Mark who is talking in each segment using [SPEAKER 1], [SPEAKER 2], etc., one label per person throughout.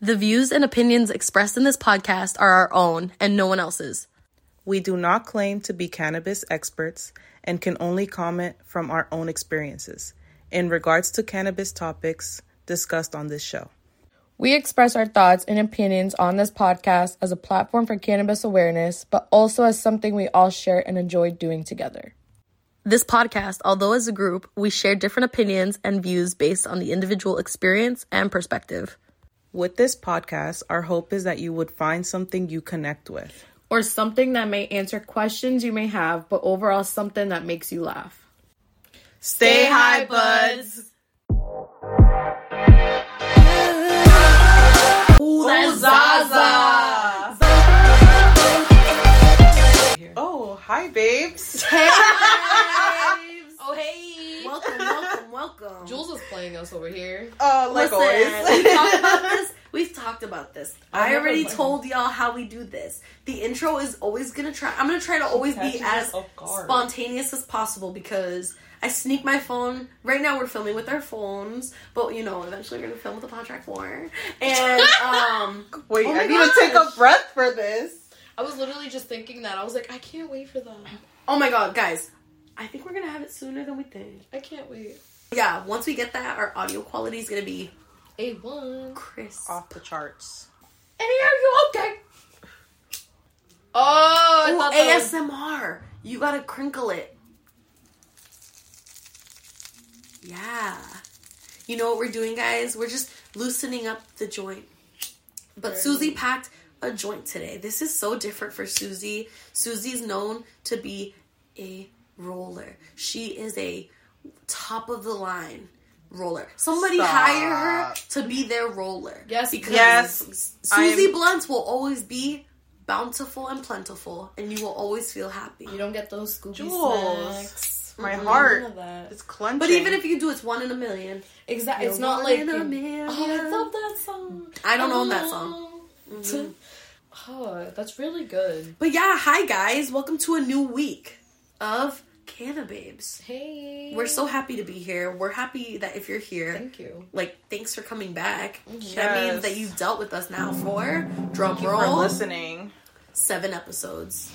[SPEAKER 1] The views and opinions expressed in this podcast are our own and no one else's.
[SPEAKER 2] We do not claim to be cannabis experts and can only comment from our own experiences in regards to cannabis topics discussed on this show.
[SPEAKER 3] We express our thoughts and opinions on this podcast as a platform for cannabis awareness, but also as something we all share and enjoy doing together.
[SPEAKER 1] This podcast, although as a group, we share different opinions and views based on the individual experience and perspective.
[SPEAKER 2] With this podcast, our hope is that you would find something you connect with.
[SPEAKER 3] Or something that may answer questions you may have, but overall something that makes you laugh.
[SPEAKER 2] Stay high, buds!
[SPEAKER 1] Ooh, that's Zaza!
[SPEAKER 2] Oh, hi, babes.
[SPEAKER 3] Oh, hey!
[SPEAKER 1] Welcome, welcome, welcome.
[SPEAKER 3] Jules is playing us over here.
[SPEAKER 2] Uh, like always.
[SPEAKER 1] Listen, we talked about this. We've talked about this. I
[SPEAKER 3] never
[SPEAKER 1] already
[SPEAKER 3] blame
[SPEAKER 1] told y'all how we do this. The intro is always gonna try. I'm gonna try to always be
[SPEAKER 2] catches
[SPEAKER 1] as
[SPEAKER 2] us off guard.
[SPEAKER 1] spontaneous as possible because I sneak my phone. Right now we're filming with our phones, but you know eventually we're gonna film with the contract war. And um,
[SPEAKER 2] Wait,
[SPEAKER 3] Oh my
[SPEAKER 2] I need to take a breath for this.
[SPEAKER 3] I was literally just thinking that. I was like, I can't wait for them.
[SPEAKER 1] oh my god, guys, I think we're gonna have it sooner than we think.
[SPEAKER 3] I can't wait.
[SPEAKER 1] Yeah, once we get that, our audio quality is gonna be
[SPEAKER 3] A1.
[SPEAKER 1] crisp.
[SPEAKER 2] Off the charts.
[SPEAKER 3] Eddie, are you okay? Oh, I
[SPEAKER 1] Ooh,
[SPEAKER 3] thought that was-
[SPEAKER 1] ASMR. You gotta crinkle it. Yeah. You know what we're doing, guys? We're just loosening up the joint. But Susie packed a joint today. This is so different for Susie. Susie's known to be a roller. She is a top of the line roller. Somebody
[SPEAKER 2] Stop.
[SPEAKER 1] hire her to be their roller.
[SPEAKER 3] Yes,
[SPEAKER 1] because
[SPEAKER 2] Yes,
[SPEAKER 1] Susie
[SPEAKER 2] I'm-
[SPEAKER 1] Blunt will always be bountiful and plentiful, and you will always feel happy.
[SPEAKER 3] You don't get those Scooby
[SPEAKER 2] Jules.
[SPEAKER 3] snacks.
[SPEAKER 2] My
[SPEAKER 3] Mm-mm,
[SPEAKER 2] heart
[SPEAKER 3] none of that.
[SPEAKER 2] is clenching.
[SPEAKER 1] But even if you do, it's one in a million.
[SPEAKER 3] Exactly. It's
[SPEAKER 1] You're
[SPEAKER 3] not
[SPEAKER 1] one
[SPEAKER 3] like.
[SPEAKER 1] in a
[SPEAKER 3] you-
[SPEAKER 1] million.
[SPEAKER 3] Oh, I love that song.
[SPEAKER 1] I don't own that song. Mm-hmm.
[SPEAKER 3] Mhm. oh, that's really good.
[SPEAKER 1] But yeah, hi guys, welcome to a new week of Cannababes.
[SPEAKER 3] Hey.
[SPEAKER 1] We're so happy to be here. We're happy that if you're here,
[SPEAKER 3] Thank you.
[SPEAKER 1] like thanks for coming back. That
[SPEAKER 2] Yes.
[SPEAKER 1] means that you've dealt with us now for drum
[SPEAKER 2] for
[SPEAKER 1] roll
[SPEAKER 2] listening,
[SPEAKER 1] seven episodes.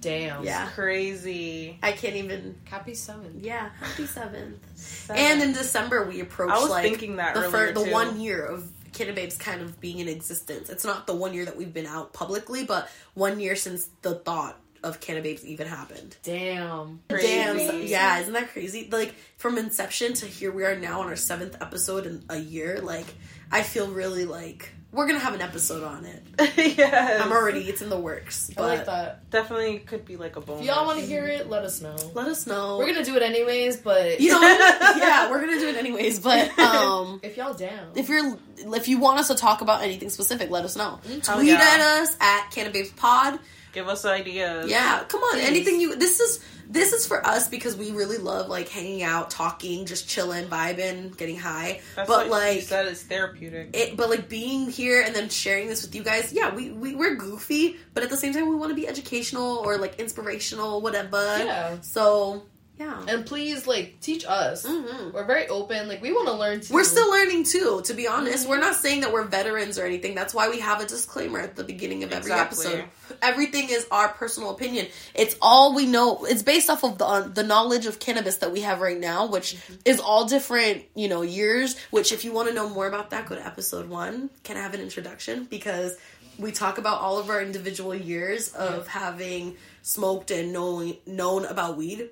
[SPEAKER 3] Damn.
[SPEAKER 1] Yeah,
[SPEAKER 2] crazy.
[SPEAKER 1] I can't even.
[SPEAKER 3] Happy seven.
[SPEAKER 1] Yeah, happy seventh. And in December, we approach
[SPEAKER 2] I was
[SPEAKER 1] like
[SPEAKER 2] thinking that
[SPEAKER 1] the
[SPEAKER 2] earlier,
[SPEAKER 1] the
[SPEAKER 2] too.
[SPEAKER 1] one year of Kid Babes kind of being in existence. It's not the one year that we've been out publicly, but one year since the thought of Cannababes even happened.
[SPEAKER 3] Damn.
[SPEAKER 2] Crazy.
[SPEAKER 1] Damn, so- yeah, isn't that crazy? Like from inception to here we are now on our seventh episode in a year. Like I feel really like we're gonna have an episode on it.
[SPEAKER 2] yes.
[SPEAKER 1] I'm already it's in the works,
[SPEAKER 3] I
[SPEAKER 1] but
[SPEAKER 3] like that.
[SPEAKER 2] Um, Definitely could be like a bonus.
[SPEAKER 3] If y'all want to hear it, let us know.
[SPEAKER 1] let us know.
[SPEAKER 3] We're gonna do it anyways, but
[SPEAKER 1] you know, yeah, we're gonna do it anyways. But um,
[SPEAKER 3] if y'all down,
[SPEAKER 1] if you're if you want us to talk about anything specific, let us know.
[SPEAKER 2] Oh,
[SPEAKER 1] Tweet
[SPEAKER 2] yeah.
[SPEAKER 1] at us at Cannababes Pod.
[SPEAKER 2] give us ideas.
[SPEAKER 1] Yeah, come on,
[SPEAKER 3] Please.
[SPEAKER 1] anything you. This is this is for us because we really love like hanging out, talking, just chilling, vibing, getting high.
[SPEAKER 2] That's what
[SPEAKER 1] but
[SPEAKER 2] you
[SPEAKER 1] like
[SPEAKER 2] said it's therapeutic.
[SPEAKER 1] it, but like being here and then sharing this with you guys. Yeah, we we we're goofy, but at the same time we want to be educational or like inspirational, whatever.
[SPEAKER 3] yeah.
[SPEAKER 1] So yeah.
[SPEAKER 3] And please, like, teach us.
[SPEAKER 1] Mhm.
[SPEAKER 3] We're very open. Like, we want to learn too.
[SPEAKER 1] We're still learning too, to be honest. We're not saying that we're veterans or anything. That's why we have a disclaimer at the beginning of every
[SPEAKER 2] Exactly.
[SPEAKER 1] episode. Everything is our personal opinion. It's all we know. It's based off of the uh, the knowledge of cannabis that we have right now, which is all different, you know, years. Which, if you want to know more about that, go to episode one. Can I have an introduction? Because we talk about all of our individual years of having smoked and knowing known about weed.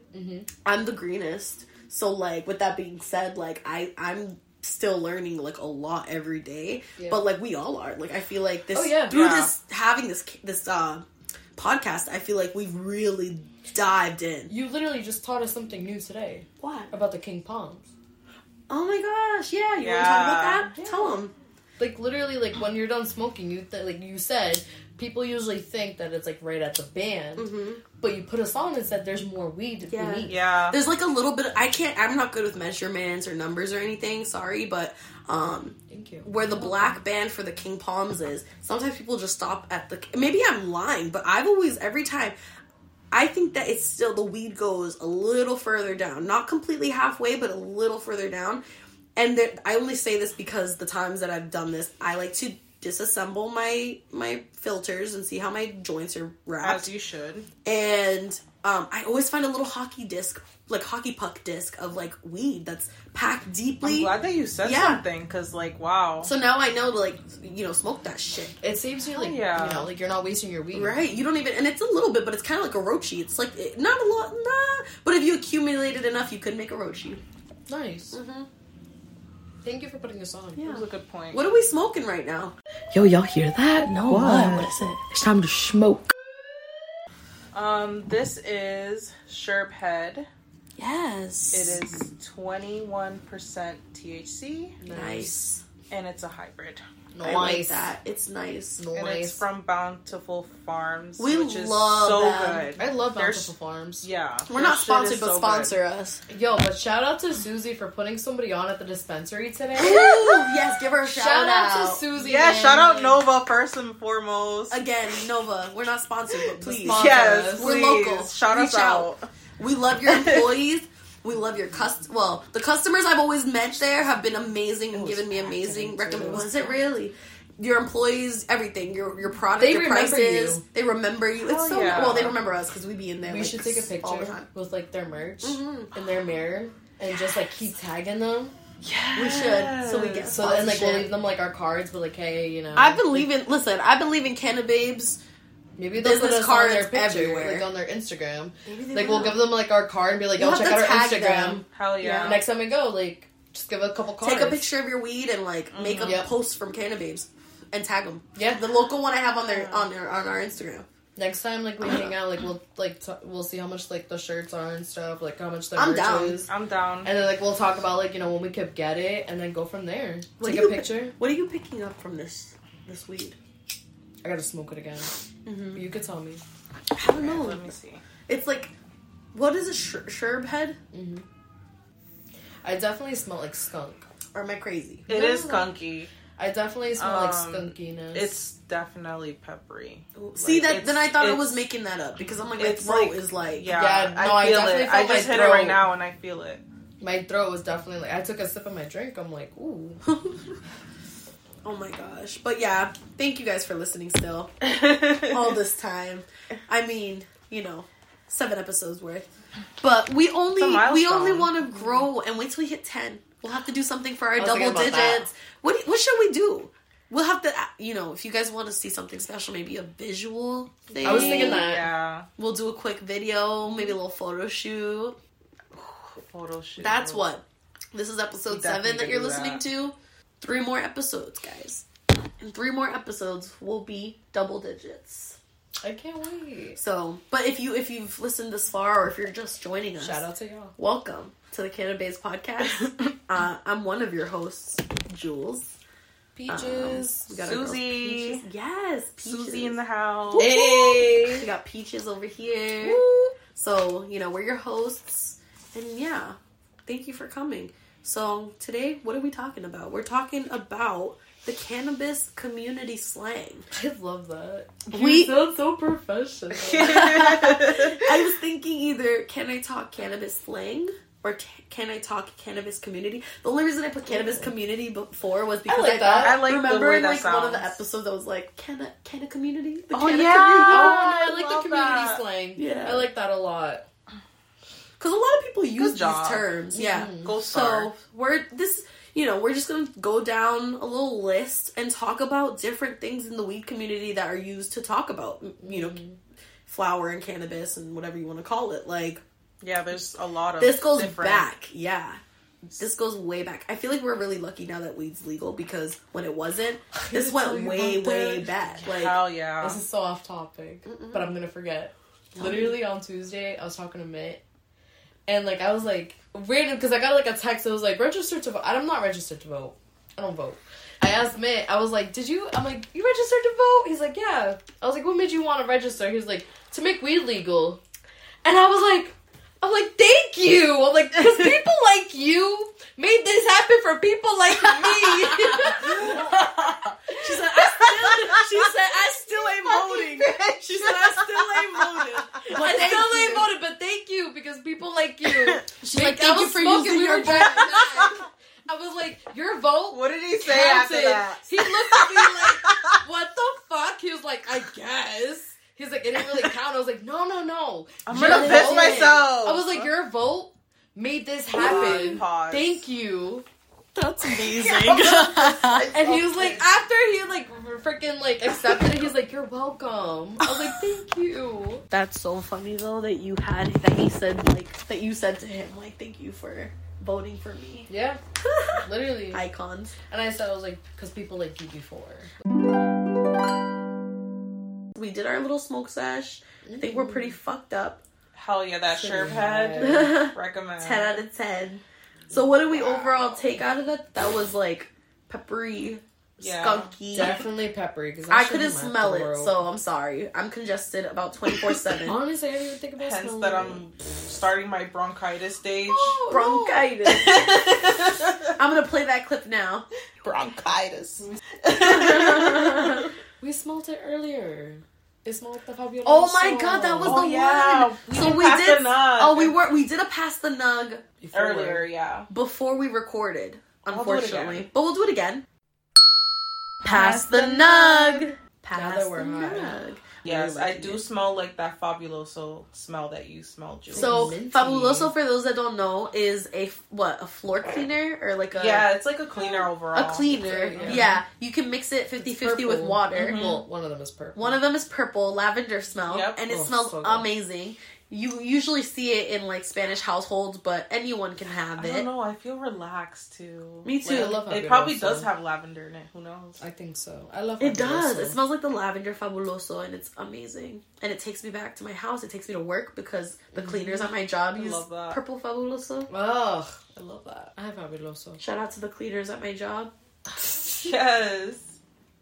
[SPEAKER 1] I'm the greenest. So like with that being said, like I I'm still learning like a lot every day.
[SPEAKER 3] Yeah.
[SPEAKER 1] But like we all are. Like I feel like this
[SPEAKER 3] Oh, yeah.
[SPEAKER 1] through
[SPEAKER 2] Yeah.
[SPEAKER 1] this having this this uh, podcast, I feel like we've really dived in.
[SPEAKER 3] You literally just taught us something new today
[SPEAKER 1] What?
[SPEAKER 3] about the King Palms.
[SPEAKER 1] Oh my gosh! Yeah, you want to talk
[SPEAKER 2] Yeah.
[SPEAKER 1] about that?
[SPEAKER 3] Yeah.
[SPEAKER 1] Tell them.
[SPEAKER 3] Like, literally, like, when you're done smoking, you th- like you said, people usually think that it's, like, right at the band. But you put us on and said there's more weed
[SPEAKER 1] Mm-hmm. Yeah.
[SPEAKER 3] than we eat.
[SPEAKER 2] Yeah.
[SPEAKER 1] There's like a little bit. I can't. I'm not good with measurements or numbers or anything. Sorry, but um,
[SPEAKER 3] Thank you.
[SPEAKER 1] where the black band for the King Palms is. Sometimes people just stop at the. Maybe I'm lying, but I've always every time. I think that it's still the weed goes a little further down, not completely halfway, but a little further down. And there, I only say this because the times that I've done this, I like to disassemble my my filters and see how my joints are wrapped.
[SPEAKER 2] As you should.
[SPEAKER 1] and um, I always find a little hockey disc, like hockey puck disc of like weed that's packed
[SPEAKER 2] I'm
[SPEAKER 1] deeply.
[SPEAKER 2] glad that you said
[SPEAKER 1] Yeah.
[SPEAKER 2] something because, like, wow.
[SPEAKER 1] So now I know to like you know smoke that shit.
[SPEAKER 3] It saves you like
[SPEAKER 2] yeah.
[SPEAKER 3] you know, like you're not wasting your weed.
[SPEAKER 1] Right, you don't even, and it's a little bit, but it's kind of like a roachie. It's like it, not a lot, nah. But if you accumulated enough, you could make a roachie.
[SPEAKER 3] Nice.
[SPEAKER 1] Mm-hmm.
[SPEAKER 3] Thank you for putting this on.
[SPEAKER 2] that was a good point.
[SPEAKER 1] What are we smoking right now?
[SPEAKER 3] Yo, y'all hear that? No.
[SPEAKER 2] What?
[SPEAKER 3] What is it? It's time to smoke.
[SPEAKER 2] Um, this is Sherb Head.
[SPEAKER 1] Yes,
[SPEAKER 2] It is 21% THC
[SPEAKER 1] nice.
[SPEAKER 2] and it's a hybrid.
[SPEAKER 3] Nice.
[SPEAKER 1] I like that. It's nice.
[SPEAKER 2] And it's
[SPEAKER 3] Nice.
[SPEAKER 2] from Bountiful Farms,
[SPEAKER 1] We
[SPEAKER 2] which is
[SPEAKER 1] love
[SPEAKER 2] so
[SPEAKER 1] them.
[SPEAKER 2] good.
[SPEAKER 3] I love
[SPEAKER 2] Their
[SPEAKER 3] Bountiful
[SPEAKER 2] sh-
[SPEAKER 3] Farms.
[SPEAKER 2] Yeah.
[SPEAKER 1] We're
[SPEAKER 2] their
[SPEAKER 1] not
[SPEAKER 2] shit
[SPEAKER 1] sponsored,
[SPEAKER 2] is
[SPEAKER 1] but
[SPEAKER 2] so
[SPEAKER 1] sponsor us.
[SPEAKER 3] Yo, but shout out to Susie for putting somebody on at the dispensary
[SPEAKER 1] Ooh,
[SPEAKER 3] today.
[SPEAKER 1] Oh, yes, give her a shout,
[SPEAKER 3] shout, out.
[SPEAKER 1] out.
[SPEAKER 3] to Susie.
[SPEAKER 2] good. Yeah,
[SPEAKER 3] man.
[SPEAKER 2] shout out Nova first and foremost.
[SPEAKER 1] Again, Nova, we're not sponsored, but please.
[SPEAKER 3] sponsor
[SPEAKER 2] Yes,
[SPEAKER 3] us.
[SPEAKER 1] We're
[SPEAKER 2] please.
[SPEAKER 1] local.
[SPEAKER 2] Shout
[SPEAKER 1] Reach
[SPEAKER 2] us
[SPEAKER 1] out.
[SPEAKER 2] out.
[SPEAKER 1] We love your employees. we love your cust. Well, the customers I've always met there have been amazing and
[SPEAKER 3] was
[SPEAKER 1] given me
[SPEAKER 3] packed, I
[SPEAKER 1] amazing
[SPEAKER 3] think, too.
[SPEAKER 1] recommend. Was it really? Your employees, everything, your your product,
[SPEAKER 3] They
[SPEAKER 1] your
[SPEAKER 3] remember
[SPEAKER 1] prices,
[SPEAKER 3] you.
[SPEAKER 1] they remember you. It's
[SPEAKER 2] Hell
[SPEAKER 1] so
[SPEAKER 2] yeah.
[SPEAKER 1] well, they remember us because we be in there.
[SPEAKER 3] We
[SPEAKER 1] like,
[SPEAKER 3] should take a
[SPEAKER 1] all the
[SPEAKER 3] picture
[SPEAKER 1] time. Mm-hmm.
[SPEAKER 3] Mm-hmm. with like their merch in their mirror and just like keep tagging them.
[SPEAKER 1] We should, so we get
[SPEAKER 3] So and like we'll leave
[SPEAKER 1] sponsorship.
[SPEAKER 3] them like our cards, but like hey, you know,
[SPEAKER 1] I've been leaving. Listen, I've been leaving Canna Babes.
[SPEAKER 3] maybe they'll put
[SPEAKER 1] business
[SPEAKER 3] us on their
[SPEAKER 1] cards
[SPEAKER 3] picture,
[SPEAKER 1] everywhere.
[SPEAKER 3] like on their Instagram.
[SPEAKER 1] Maybe they
[SPEAKER 3] Like we'll
[SPEAKER 1] will.
[SPEAKER 3] give them like our card and be like,
[SPEAKER 1] You'll
[SPEAKER 3] yo,
[SPEAKER 1] have
[SPEAKER 3] check
[SPEAKER 1] to
[SPEAKER 3] out our
[SPEAKER 1] tag
[SPEAKER 3] Instagram.
[SPEAKER 1] them.
[SPEAKER 2] Hell yeah.
[SPEAKER 3] Next time we go, like just give a couple cards.
[SPEAKER 1] Take a picture of your weed and like make a
[SPEAKER 3] Mm-hmm. Yep.
[SPEAKER 1] post from Canna Babes and tag them.
[SPEAKER 3] Yeah.
[SPEAKER 1] the local one I have on their on their on our Instagram.
[SPEAKER 3] Next time, like we hang out, like we'll like t- we'll see how much like the shirts are and stuff, like how much the
[SPEAKER 1] I'm
[SPEAKER 3] merch
[SPEAKER 1] down.
[SPEAKER 3] is,
[SPEAKER 2] I'm down.
[SPEAKER 3] and then like we'll talk about like you know when we could get it, and then go from there.
[SPEAKER 1] What
[SPEAKER 3] Take
[SPEAKER 1] do
[SPEAKER 3] a
[SPEAKER 1] you-
[SPEAKER 3] picture.
[SPEAKER 1] What are you picking up from this this weed?
[SPEAKER 3] I gotta smoke it again. You could tell me.
[SPEAKER 1] I don't know.
[SPEAKER 2] Let me see.
[SPEAKER 1] It's like, what is a sh- sherb head?
[SPEAKER 3] I definitely smell like skunk.
[SPEAKER 1] Or am I crazy?
[SPEAKER 2] It is gunky.
[SPEAKER 3] I definitely smell like
[SPEAKER 2] Um,
[SPEAKER 3] skunkiness.
[SPEAKER 2] It's definitely peppery.
[SPEAKER 1] See
[SPEAKER 2] Like,
[SPEAKER 1] that? Then I
[SPEAKER 2] it's-
[SPEAKER 1] thought I was
[SPEAKER 2] it's-
[SPEAKER 1] making that up because I'm like, my
[SPEAKER 2] it's
[SPEAKER 1] throat
[SPEAKER 2] like-
[SPEAKER 1] is like,
[SPEAKER 2] Yeah,
[SPEAKER 3] Yeah, no, I
[SPEAKER 2] I feel
[SPEAKER 3] definitely
[SPEAKER 2] it. I
[SPEAKER 3] felt my
[SPEAKER 2] just hit it
[SPEAKER 3] throat.
[SPEAKER 2] right now and I feel it.
[SPEAKER 3] my throat was definitely like I took a sip of my drink. I'm like, ooh,
[SPEAKER 1] oh my gosh! But yeah, thank you guys for listening. Still, all
[SPEAKER 2] All
[SPEAKER 1] this time, I mean, you know, seven episodes worth. But we only
[SPEAKER 2] It's a
[SPEAKER 1] we
[SPEAKER 2] milestone.
[SPEAKER 1] only want to grow and wait till we hit ten. We'll have to do something for our
[SPEAKER 3] was thinking
[SPEAKER 1] double
[SPEAKER 3] about that.
[SPEAKER 1] digits. What do- what should we do? We'll have to, you know, if you guys want to see something special, maybe a visual thing.
[SPEAKER 3] I was thinking that.
[SPEAKER 2] Yeah.
[SPEAKER 1] We'll do a quick video, maybe a little photo shoot.
[SPEAKER 2] Photo shoot.
[SPEAKER 1] That's what. This is
[SPEAKER 2] We
[SPEAKER 1] episode
[SPEAKER 2] definitely
[SPEAKER 1] seven that
[SPEAKER 2] could
[SPEAKER 1] you're
[SPEAKER 2] do
[SPEAKER 1] listening
[SPEAKER 2] that.
[SPEAKER 1] to. Three more episodes, guys. And three more episodes will be double digits.
[SPEAKER 3] I can't wait.
[SPEAKER 1] So, but if you if you've listened this far or if you're just joining us,
[SPEAKER 3] Shout out to y'all.
[SPEAKER 1] welcome to the Cannabis Podcast. uh, I'm one of your hosts, Jules. Um,
[SPEAKER 3] Peaches.
[SPEAKER 1] We got our girl
[SPEAKER 2] Susie.
[SPEAKER 1] Peaches. Yes, Peaches.
[SPEAKER 2] Susie in the house.
[SPEAKER 1] Woo. We
[SPEAKER 3] hey.
[SPEAKER 1] got Peaches over here. So, you know, we're your hosts. And yeah, thank you for coming. So, today, what are we talking about? We're talking about the cannabis community slang.
[SPEAKER 3] I love that.
[SPEAKER 1] We-
[SPEAKER 3] you sound so professional.
[SPEAKER 1] I was thinking either can I talk cannabis slang or ca- can I talk cannabis community? The only reason I put cannabis community before was because I,
[SPEAKER 3] like that.
[SPEAKER 1] thought-
[SPEAKER 2] I like the
[SPEAKER 1] remember
[SPEAKER 2] way
[SPEAKER 1] in
[SPEAKER 2] that
[SPEAKER 1] like one of the
[SPEAKER 2] sounds.
[SPEAKER 1] episodes I was like, can a can a community? The
[SPEAKER 2] Oh,
[SPEAKER 1] can a
[SPEAKER 2] yeah.
[SPEAKER 1] community?
[SPEAKER 3] Oh, no, I
[SPEAKER 2] I
[SPEAKER 3] like the
[SPEAKER 2] love
[SPEAKER 3] community
[SPEAKER 2] that.
[SPEAKER 3] slang.
[SPEAKER 1] Yeah.
[SPEAKER 3] I like that a lot.
[SPEAKER 1] Because a lot of people use these
[SPEAKER 2] job. Mm-hmm.
[SPEAKER 1] terms. Yeah.
[SPEAKER 2] Gold
[SPEAKER 1] So
[SPEAKER 2] star.
[SPEAKER 1] we're this, you know, we're just gonna go down a little list and talk about different things in the weed community that are used to talk about, m- you know, flower and cannabis and whatever you want to call it. Like
[SPEAKER 2] yeah, there's a lot of
[SPEAKER 1] this goes
[SPEAKER 2] different-
[SPEAKER 1] back, yeah. This goes way back. I feel like we're really lucky now that weed's legal because when it wasn't, this
[SPEAKER 3] tell
[SPEAKER 1] went
[SPEAKER 3] you
[SPEAKER 1] way,
[SPEAKER 3] about that.
[SPEAKER 1] way back. Like
[SPEAKER 2] Hell yeah.
[SPEAKER 3] This is so off topic, but I'm gonna forget. Literally on Tuesday, I was talking to Mitt, and like I was like random because I got like a text that was like registered to vote. I'm not registered to vote. I don't vote. I asked Mitt. I was like, "Did you?" I'm like, "You registered to vote?" He's like, "Yeah." I was like, "What made you want to register?" He was like, "To make weed legal," and I was like. I'm like, thank you. I'm like, because people like you made this happen for people like me.
[SPEAKER 1] she said, I still, she said, I still ain't voting. She said, I still ain't voting. But
[SPEAKER 3] I
[SPEAKER 1] thank
[SPEAKER 3] still
[SPEAKER 1] you.
[SPEAKER 3] ain't voted, but thank you because people like you.
[SPEAKER 1] She's
[SPEAKER 3] Like,
[SPEAKER 1] like,
[SPEAKER 3] I
[SPEAKER 1] thank you
[SPEAKER 3] was
[SPEAKER 1] for
[SPEAKER 3] smoking.
[SPEAKER 1] using
[SPEAKER 3] We
[SPEAKER 1] your
[SPEAKER 3] were driving back. I was like, your vote
[SPEAKER 2] What did he say
[SPEAKER 3] counted.
[SPEAKER 2] after that?
[SPEAKER 3] He looked at me like, like, I guess. He's like, it didn't really count. I was like, no, no, no.
[SPEAKER 2] I'm
[SPEAKER 3] Your
[SPEAKER 2] gonna piss
[SPEAKER 3] vote-
[SPEAKER 2] myself.
[SPEAKER 3] I was like, your vote made this happen.
[SPEAKER 2] Pause.
[SPEAKER 3] Thank you.
[SPEAKER 1] That's amazing.
[SPEAKER 3] And he was like, "Ah." after he like freaking like accepted it, he's like, you're welcome. I was like, thank you.
[SPEAKER 1] That's so funny though that you had that he said like that you said to him like thank you for voting for me.
[SPEAKER 3] Yeah, literally.
[SPEAKER 1] Icons.
[SPEAKER 3] and I said, I was like, because people like you before.
[SPEAKER 1] We did our little smoke sesh. I think we're pretty fucked up.
[SPEAKER 2] Hell yeah, that
[SPEAKER 3] Should
[SPEAKER 2] sure
[SPEAKER 3] we
[SPEAKER 2] pad.
[SPEAKER 3] have-
[SPEAKER 1] ten
[SPEAKER 2] Recommend.
[SPEAKER 1] out of ten. So what did we overall take out of that? That was like peppery,
[SPEAKER 2] Yeah.
[SPEAKER 1] skunky.
[SPEAKER 3] Definitely peppery. Cause
[SPEAKER 1] I
[SPEAKER 3] that shit
[SPEAKER 1] couldn't
[SPEAKER 3] in my
[SPEAKER 1] smell it,
[SPEAKER 3] throat.
[SPEAKER 1] so I'm sorry. I'm congested about twenty four seven.
[SPEAKER 3] honestly, I didn't even think about
[SPEAKER 2] Hence
[SPEAKER 3] smelling
[SPEAKER 2] that
[SPEAKER 3] it.
[SPEAKER 2] I'm starting my bronchitis stage.
[SPEAKER 3] Oh, no.
[SPEAKER 1] Bronchitis. I'm gonna play that clip now.
[SPEAKER 2] bronchitis.
[SPEAKER 3] We smelled it earlier. It smelled the Fabiola.
[SPEAKER 1] Oh my God, that was
[SPEAKER 2] oh
[SPEAKER 1] the
[SPEAKER 2] yeah,
[SPEAKER 1] one.
[SPEAKER 2] we
[SPEAKER 1] so
[SPEAKER 2] did
[SPEAKER 1] we
[SPEAKER 2] pass
[SPEAKER 1] did.
[SPEAKER 2] the nug.
[SPEAKER 1] Oh, we were. We did a pass the nug
[SPEAKER 2] earlier. Yeah.
[SPEAKER 1] before we recorded.
[SPEAKER 2] I'll do it
[SPEAKER 1] Unfortunately,
[SPEAKER 2] again.
[SPEAKER 1] but we'll do it again. Pass the nug.
[SPEAKER 3] Now
[SPEAKER 1] Pass
[SPEAKER 3] that
[SPEAKER 1] the
[SPEAKER 3] we're high.
[SPEAKER 1] nug.
[SPEAKER 2] Yes,
[SPEAKER 1] Very
[SPEAKER 2] I
[SPEAKER 1] much
[SPEAKER 2] do smell like that fabuloso smell that you smelled, Julie.
[SPEAKER 1] So
[SPEAKER 3] Minty.
[SPEAKER 1] fabuloso, for those that don't know, is a f- what a floor cleaner or like a
[SPEAKER 2] yeah, it's like a cleaner overall.
[SPEAKER 1] a cleaner.
[SPEAKER 3] Yeah.
[SPEAKER 1] Yeah. you can mix it 50-50 with
[SPEAKER 3] purple. Mm-hmm.
[SPEAKER 1] water.
[SPEAKER 2] Mhm.
[SPEAKER 3] Well, one of them is purple.
[SPEAKER 1] One of them is purple, lavender smell,
[SPEAKER 2] Yep.
[SPEAKER 1] and it
[SPEAKER 3] Oh,
[SPEAKER 1] smells
[SPEAKER 3] so good.
[SPEAKER 1] amazing. You usually see it in like Spanish households, but anyone can have
[SPEAKER 2] I don't
[SPEAKER 1] it.
[SPEAKER 2] know. I feel relaxed too.
[SPEAKER 1] Me too. I
[SPEAKER 2] Like,
[SPEAKER 3] love
[SPEAKER 2] it
[SPEAKER 3] fabuloso.
[SPEAKER 2] probably does have lavender in it. Who knows?
[SPEAKER 3] I think so. I love
[SPEAKER 1] It does.
[SPEAKER 3] Fabuloso.
[SPEAKER 1] It smells like the lavender fabuloso, and it's amazing. And it takes me back to my house. It takes me to work because the
[SPEAKER 3] Mm-hmm.
[SPEAKER 1] cleaners at my job
[SPEAKER 2] I
[SPEAKER 1] use
[SPEAKER 2] love that.
[SPEAKER 1] purple fabuloso.
[SPEAKER 3] Ugh, I love that. I have Fabuloso.
[SPEAKER 1] Shout out to the cleaners at my job.
[SPEAKER 2] yes,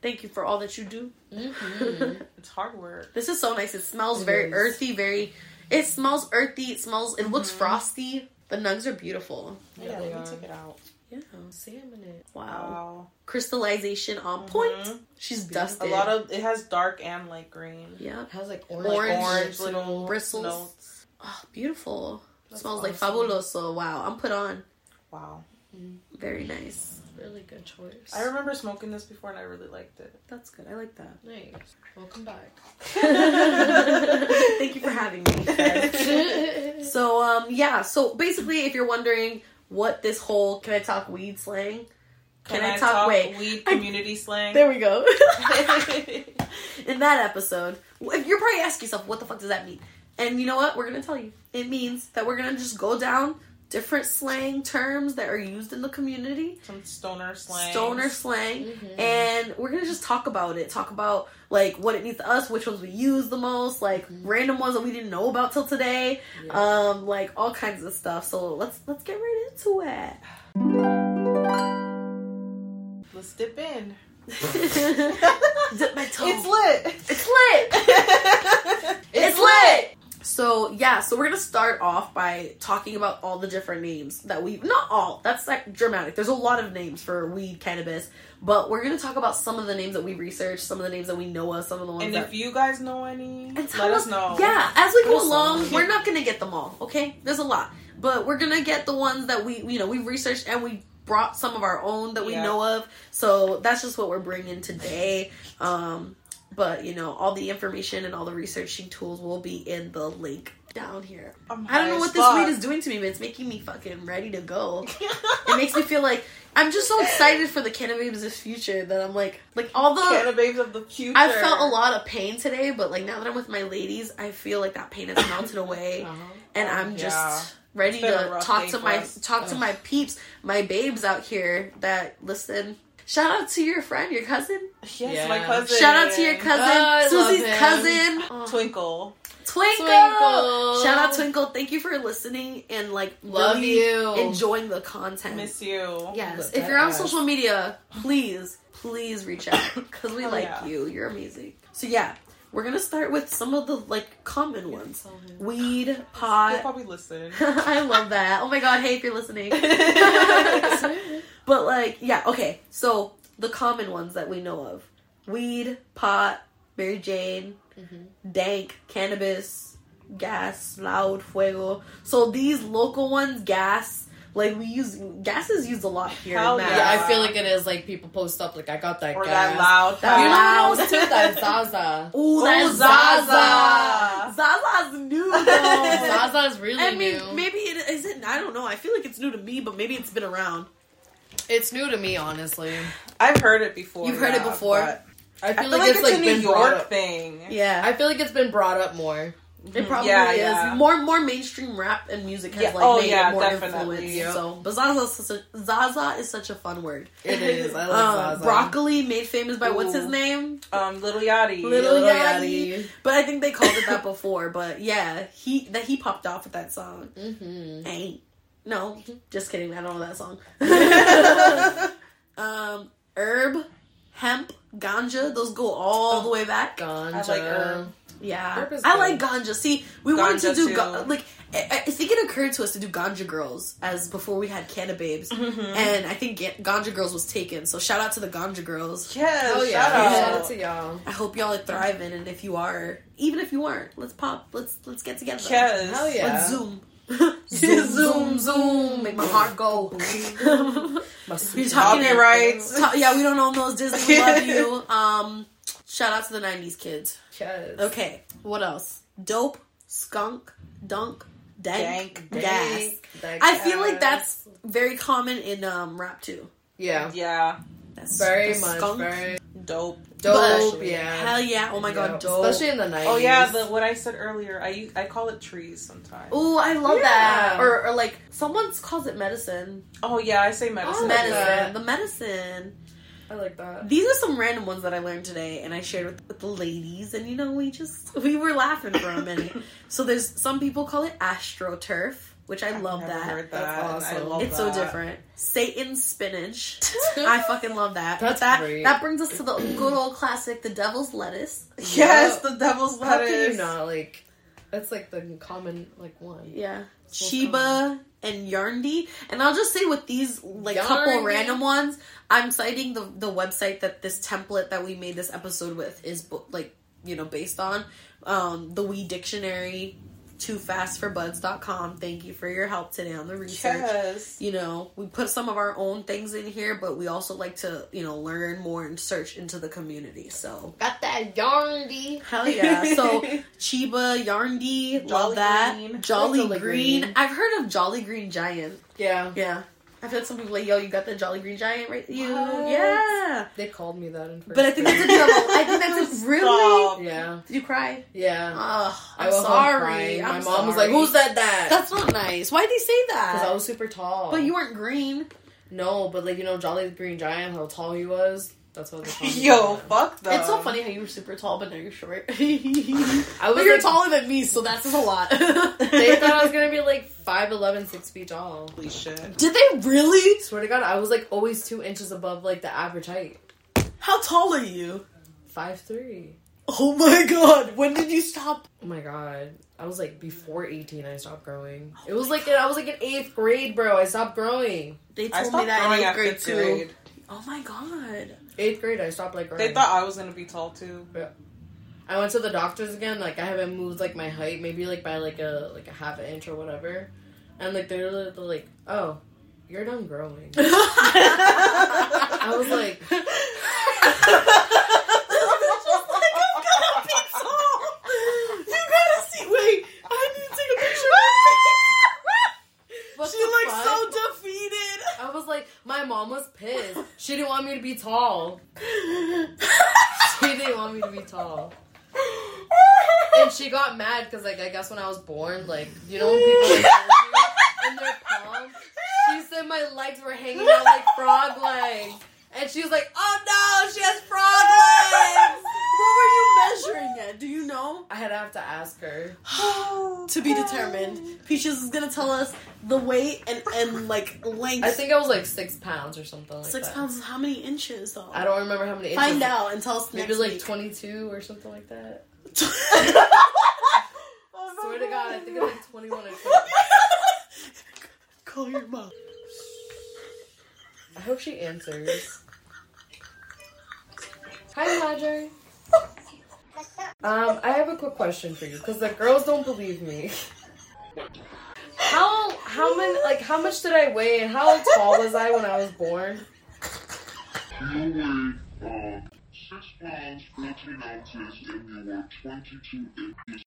[SPEAKER 1] Thank you for all that you do.
[SPEAKER 3] Mhm.
[SPEAKER 2] it's hard work.
[SPEAKER 1] This is so nice. It smells
[SPEAKER 3] It
[SPEAKER 1] very
[SPEAKER 3] is.
[SPEAKER 1] earthy, very it smells earthy, it smells it looks frosty. The nugs are beautiful.
[SPEAKER 3] Yeah, they
[SPEAKER 2] let
[SPEAKER 3] are.
[SPEAKER 2] me take it out.
[SPEAKER 1] Yeah.
[SPEAKER 3] Salmon it.
[SPEAKER 1] Wow.
[SPEAKER 2] Wow,
[SPEAKER 1] Crystallization on point.
[SPEAKER 2] Mhm.
[SPEAKER 1] She's
[SPEAKER 3] Beautiful.
[SPEAKER 2] a
[SPEAKER 1] dusted.
[SPEAKER 2] lot of it has dark and light green.
[SPEAKER 1] Yeah.
[SPEAKER 3] It has like orange,
[SPEAKER 1] Orange,
[SPEAKER 2] Orange little
[SPEAKER 1] bristles.
[SPEAKER 2] notes.
[SPEAKER 1] Oh, beautiful.
[SPEAKER 3] That's
[SPEAKER 1] smells
[SPEAKER 3] awesome.
[SPEAKER 1] like fabuloso. Wow. I'm put on.
[SPEAKER 2] Wow,
[SPEAKER 1] Very nice.
[SPEAKER 3] Really good choice.
[SPEAKER 2] I remember smoking this before and I really liked it.
[SPEAKER 1] That's good. I like that.
[SPEAKER 3] Nice. Welcome back.
[SPEAKER 1] Thank you for having me. guys.
[SPEAKER 3] That's
[SPEAKER 1] So um yeah, so basically if you're wondering what this whole can I talk weed slang? Can, I, talk, wait.
[SPEAKER 2] weed
[SPEAKER 1] I-
[SPEAKER 2] community slang?
[SPEAKER 1] There we go.
[SPEAKER 2] That's
[SPEAKER 1] in that episode, if you're probably asking yourself, what the fuck does that mean? And you know what? We're gonna tell you. It means that we're gonna just go down different slang terms that are used in the community,
[SPEAKER 2] Some stoner slang.
[SPEAKER 1] stoner slang, Mm-hmm. and we're gonna just talk about it. Talk about like what it means to us, which ones we use the most, like random ones that we didn't know about till today,
[SPEAKER 3] Yeah.
[SPEAKER 1] um, like all kinds of stuff. So let's let's get right into it.
[SPEAKER 2] Let's dip in.
[SPEAKER 1] Dip my toe.
[SPEAKER 2] It's
[SPEAKER 1] it's lit.
[SPEAKER 2] lit.
[SPEAKER 1] It's lit. So yeah, so we're gonna start off by talking about all the different names that we not all. That's like dramatic. There's a lot of names for weed, cannabis, but we're gonna talk about some of the names that we researched, some of the names that we know of, some of the ones
[SPEAKER 2] and
[SPEAKER 1] that.
[SPEAKER 2] if you guys know any,
[SPEAKER 1] and tell
[SPEAKER 2] let us know.
[SPEAKER 1] Yeah, as we
[SPEAKER 2] Let
[SPEAKER 1] go
[SPEAKER 2] us know.
[SPEAKER 1] along, we're not gonna get them all. Okay, there's a lot, but we're gonna get the ones that we you know we researched and we brought some of our own that we
[SPEAKER 2] Yeah.
[SPEAKER 1] know of. So that's just what we're bringing today. Um, but you know, all the information and all the researching tools will be in the link down here.
[SPEAKER 2] I'm
[SPEAKER 1] I don't
[SPEAKER 2] high
[SPEAKER 1] know
[SPEAKER 2] as
[SPEAKER 1] what
[SPEAKER 2] fuck.
[SPEAKER 1] this weed is doing to me, but it's making me fucking ready to go. It makes me feel like I'm just so excited for the cannabis future that I'm like, like all the
[SPEAKER 2] Canna babes of the future.
[SPEAKER 1] I felt a lot of pain today, but like now that I'm with my ladies, I feel like that pain has melted away,
[SPEAKER 3] Uh-huh.
[SPEAKER 1] and I'm just
[SPEAKER 2] Yeah.
[SPEAKER 1] ready
[SPEAKER 2] It's been a
[SPEAKER 1] to
[SPEAKER 2] rough
[SPEAKER 1] talk
[SPEAKER 2] day
[SPEAKER 1] to
[SPEAKER 2] for
[SPEAKER 1] my
[SPEAKER 2] us.
[SPEAKER 1] talk to
[SPEAKER 3] Ugh.
[SPEAKER 1] my peeps, my babes out here that listen. Shout out to your friend, your cousin.
[SPEAKER 2] Yes,
[SPEAKER 3] Yeah.
[SPEAKER 2] my cousin. Oh.
[SPEAKER 1] Shout out to your cousin,
[SPEAKER 3] Oh, I love
[SPEAKER 1] Susie's
[SPEAKER 3] him.
[SPEAKER 1] cousin, Twinkle.
[SPEAKER 2] Twinkle.
[SPEAKER 3] Twinkle.
[SPEAKER 1] Shout out Twinkle. Thank you for listening and like
[SPEAKER 3] Love
[SPEAKER 1] really
[SPEAKER 3] you.
[SPEAKER 1] enjoying the content.
[SPEAKER 2] Miss you.
[SPEAKER 1] Yes,
[SPEAKER 3] Look
[SPEAKER 1] if
[SPEAKER 3] at
[SPEAKER 1] you're on
[SPEAKER 3] us.
[SPEAKER 1] social media, please, please reach out because we
[SPEAKER 2] Oh,
[SPEAKER 1] like
[SPEAKER 2] yeah.
[SPEAKER 1] you. You're amazing. So yeah, we're gonna start with some of the like common ones: weed,
[SPEAKER 2] You'll
[SPEAKER 1] pot.
[SPEAKER 2] probably listen.
[SPEAKER 1] I love that. Oh my god, hey, if you're listening. but like, yeah, okay. So the common ones that we know of: weed, pot, Mary Jane, dank, cannabis, gas, loud, fuego. So these local ones, gas, Like we use gas is used a lot here.
[SPEAKER 2] Hell
[SPEAKER 1] in Mass.
[SPEAKER 2] Yeah.
[SPEAKER 3] Yeah, I feel like it is like people post up like I got that
[SPEAKER 2] Or
[SPEAKER 3] gas.
[SPEAKER 2] that loud.
[SPEAKER 1] That
[SPEAKER 3] You
[SPEAKER 1] loud-
[SPEAKER 3] know what else too? That Zaza.
[SPEAKER 1] Ooh, that's
[SPEAKER 2] Ooh,
[SPEAKER 1] Zaza.
[SPEAKER 2] Zaza.
[SPEAKER 1] Zaza's new though.
[SPEAKER 3] Oh, Zaza is really
[SPEAKER 1] I mean,
[SPEAKER 3] new.
[SPEAKER 1] maybe it isn't. I don't know. I feel like it's new to me, but maybe it's been around.
[SPEAKER 3] It's new to me, honestly.
[SPEAKER 2] I've heard it before.
[SPEAKER 1] You've heard it
[SPEAKER 2] yeah,
[SPEAKER 1] before?
[SPEAKER 2] but
[SPEAKER 3] I feel,
[SPEAKER 2] I feel like, it's,
[SPEAKER 3] like
[SPEAKER 2] a
[SPEAKER 3] been
[SPEAKER 2] New
[SPEAKER 3] brought
[SPEAKER 2] York
[SPEAKER 3] up.
[SPEAKER 2] thing.
[SPEAKER 1] Yeah,
[SPEAKER 3] I feel like it's been brought up more.
[SPEAKER 1] it probably
[SPEAKER 2] Yeah,
[SPEAKER 1] is.
[SPEAKER 2] yeah.
[SPEAKER 1] More more mainstream rap and music has
[SPEAKER 2] Yeah,
[SPEAKER 1] like
[SPEAKER 2] oh,
[SPEAKER 1] made
[SPEAKER 2] yeah,
[SPEAKER 1] it more
[SPEAKER 2] definitely,
[SPEAKER 1] influence.
[SPEAKER 2] yeah.
[SPEAKER 1] So, but Zaza's such a, Zaza is such a fun word.
[SPEAKER 3] It is. I like
[SPEAKER 1] Um,
[SPEAKER 3] Zaza.
[SPEAKER 1] broccoli made famous by what's his
[SPEAKER 2] Ooh.
[SPEAKER 1] name?
[SPEAKER 2] Um, Little Yachty.
[SPEAKER 1] Little
[SPEAKER 3] Lil
[SPEAKER 1] Yachty. But I think they called it that before. But yeah, he that he popped off with that song.
[SPEAKER 3] Mhm.
[SPEAKER 2] Mm-hmm.
[SPEAKER 1] Ain't no, just kidding. I don't know that song. um, herb, hemp, ganja. Those go all the way
[SPEAKER 2] Oh,
[SPEAKER 1] back.
[SPEAKER 3] Ganja.
[SPEAKER 2] I like herb.
[SPEAKER 1] Yeah,
[SPEAKER 3] Herb is
[SPEAKER 1] I
[SPEAKER 3] good.
[SPEAKER 1] like ganja. See, we wanted to
[SPEAKER 2] Ganja
[SPEAKER 1] do
[SPEAKER 2] too.
[SPEAKER 1] ga- like I, I think it occurred to us to do ganja girls as before we had canna babes, and I think Ga- ganja girls was taken. So shout out to the ganja girls.
[SPEAKER 2] Yes,
[SPEAKER 3] Oh yeah.
[SPEAKER 2] shout out.
[SPEAKER 3] Shout out to y'all.
[SPEAKER 1] I hope y'all are thriving, and if you are, even if you aren't, let's pop. Let's let's get together.
[SPEAKER 2] Yes.
[SPEAKER 3] Hell yeah.
[SPEAKER 1] Let's zoom. zoom, zoom, zoom. Make my heart go. You're talking
[SPEAKER 2] Copyrights.
[SPEAKER 1] Ta- yeah, we don't own those Disney. We love you. Um, shout out to the '90s kids.
[SPEAKER 3] Yes.
[SPEAKER 1] Okay, what else? Dope, skunk, dunk, dank,
[SPEAKER 2] Dank,
[SPEAKER 1] gas.
[SPEAKER 3] Like,
[SPEAKER 1] I feel
[SPEAKER 2] gas.
[SPEAKER 1] like that's very common in um rap too.
[SPEAKER 3] yeah.
[SPEAKER 2] Yeah.
[SPEAKER 1] That's
[SPEAKER 3] Very
[SPEAKER 1] the
[SPEAKER 3] much.
[SPEAKER 1] skunk.
[SPEAKER 3] Very
[SPEAKER 2] Dope.
[SPEAKER 3] dope.
[SPEAKER 1] But-
[SPEAKER 3] yeah.
[SPEAKER 1] Hell yeah! Oh my god,
[SPEAKER 3] Yep.
[SPEAKER 1] dope.
[SPEAKER 3] Especially in the nineties.
[SPEAKER 2] Oh yeah, the what I said earlier. I u- I call it trees sometimes.
[SPEAKER 1] Ooh, I love
[SPEAKER 3] Yeah.
[SPEAKER 1] that. Or, or like someone calls it medicine.
[SPEAKER 2] Oh yeah, I say medicine.
[SPEAKER 3] like
[SPEAKER 1] medicine.
[SPEAKER 3] that.
[SPEAKER 1] The medicine.
[SPEAKER 3] I like that.
[SPEAKER 1] These are some random ones that I learned today, and I shared with, with the ladies, and you know, we just we were laughing for a minute. so there's some people call it astroturf, which I love
[SPEAKER 2] Never
[SPEAKER 1] that.
[SPEAKER 2] heard
[SPEAKER 3] That's
[SPEAKER 2] that. and I
[SPEAKER 3] awesome.
[SPEAKER 2] love
[SPEAKER 1] It's so
[SPEAKER 2] that.
[SPEAKER 1] different. Satan spinach. I fucking love that. But
[SPEAKER 3] That's
[SPEAKER 1] that
[SPEAKER 3] great.
[SPEAKER 1] that brings us to the good old classic, the devil's lettuce.
[SPEAKER 2] Yes, the devil's
[SPEAKER 3] How can
[SPEAKER 2] lettuce.
[SPEAKER 3] you not like? That's like the common like one.
[SPEAKER 1] Yeah.
[SPEAKER 3] So
[SPEAKER 1] Chiba and Yarndy. And I'll just say with these like couple
[SPEAKER 3] Yarndy.
[SPEAKER 1] random ones, I'm citing the the website that this template that we made this episode with is bo- like, you know, based on um the Wee Dictionary too fast for buds.com. Thank you for your help today on the research.
[SPEAKER 2] Yes.
[SPEAKER 1] You know, we put some of our own things in here, but we also like to, you know, learn more and search into the community. So,
[SPEAKER 3] Got that yarndy.
[SPEAKER 1] Hell yeah. So Chiba, Yarndy, love
[SPEAKER 2] Jolly
[SPEAKER 1] that.
[SPEAKER 2] Green.
[SPEAKER 1] Jolly,
[SPEAKER 3] Jolly
[SPEAKER 1] Green.
[SPEAKER 3] Green.
[SPEAKER 1] I've heard of Jolly Green Giant.
[SPEAKER 3] Yeah.
[SPEAKER 1] Yeah. I feel like some people like, yo, you got the Jolly Green Giant right you.
[SPEAKER 2] What?
[SPEAKER 1] Yeah.
[SPEAKER 3] They called me that in first.
[SPEAKER 1] But I think that's a
[SPEAKER 3] grade.
[SPEAKER 1] double. I think that's a really Oh,
[SPEAKER 2] Stop.
[SPEAKER 3] yeah.
[SPEAKER 1] Did you cry?
[SPEAKER 3] Yeah.
[SPEAKER 1] Oh,
[SPEAKER 3] I
[SPEAKER 1] I'm
[SPEAKER 3] went home
[SPEAKER 1] sorry.
[SPEAKER 3] crying. My
[SPEAKER 1] I'm
[SPEAKER 3] mom was
[SPEAKER 1] sorry.
[SPEAKER 3] like, "Who said that?"
[SPEAKER 1] That's not nice. Why'd they say
[SPEAKER 3] Because I
[SPEAKER 1] that?
[SPEAKER 3] was super tall.
[SPEAKER 1] But you weren't green.
[SPEAKER 3] no, but like you know, Jolly the Green Giant, how tall he was. That's what they called me.
[SPEAKER 2] Yo,
[SPEAKER 3] that.
[SPEAKER 2] fuck that.
[SPEAKER 1] It's so funny how you were super tall, but now you're short. but
[SPEAKER 3] I was.
[SPEAKER 1] you're
[SPEAKER 3] like,
[SPEAKER 1] taller than me, so that's a lot.
[SPEAKER 3] They thought I was gonna be like 5'11", 6 feet tall.
[SPEAKER 2] Holy shit.
[SPEAKER 1] Did they really?
[SPEAKER 3] Swear to God, I was like always two inches above like the average height.
[SPEAKER 1] How tall are you?
[SPEAKER 3] Five three.
[SPEAKER 1] Oh my god, when did you stop?
[SPEAKER 3] Oh my god. I was like before 18 I stopped growing. It was like I was like in 8th grade, bro. I stopped growing.
[SPEAKER 1] They
[SPEAKER 2] I
[SPEAKER 1] told me
[SPEAKER 2] stopped
[SPEAKER 1] that
[SPEAKER 2] growing
[SPEAKER 1] in eighth
[SPEAKER 2] at
[SPEAKER 1] grade
[SPEAKER 2] fifth
[SPEAKER 1] too.
[SPEAKER 2] grade.
[SPEAKER 1] Oh my god.
[SPEAKER 3] 8th grade I stopped like growing.
[SPEAKER 2] They thought I was gonna be tall too.
[SPEAKER 3] I went to the doctors again. Like I haven't moved like my height, maybe like by like a like a half an inch or whatever. And like they're, li- they're like, "Oh, you're done growing." I was like, what the fuck? I was like, my mom was pissed. She didn't want me to be tall. She didn't want me to be tall. And she got mad because, like, I guess when I was born, like, you know, when people like, in their palm, she said my legs were hanging out like frog legs. And she was like, oh no, she has frog legs! I had to have to ask her.
[SPEAKER 1] To be determined. Peaches is gonna tell us the weight and, and like length.
[SPEAKER 3] I think I was like six pounds or something like
[SPEAKER 1] six
[SPEAKER 3] that.
[SPEAKER 1] pounds is how many inches though?
[SPEAKER 3] I don't remember how many inches.
[SPEAKER 1] Find out and tell us
[SPEAKER 3] Maybe
[SPEAKER 1] next
[SPEAKER 3] like
[SPEAKER 1] week.
[SPEAKER 3] 22 or something like that.
[SPEAKER 2] Oh, no.
[SPEAKER 3] Swear to God, I think it was like 21 or 22.
[SPEAKER 1] Call your mom.
[SPEAKER 3] I hope she answers. Hi, Roger. Um, I have a quick question for you because the girls don't believe me. How how many like how much did I weigh and how tall was I when I was born?
[SPEAKER 4] You weighed uh, six pounds, 14 ounces, and you were 22 inches.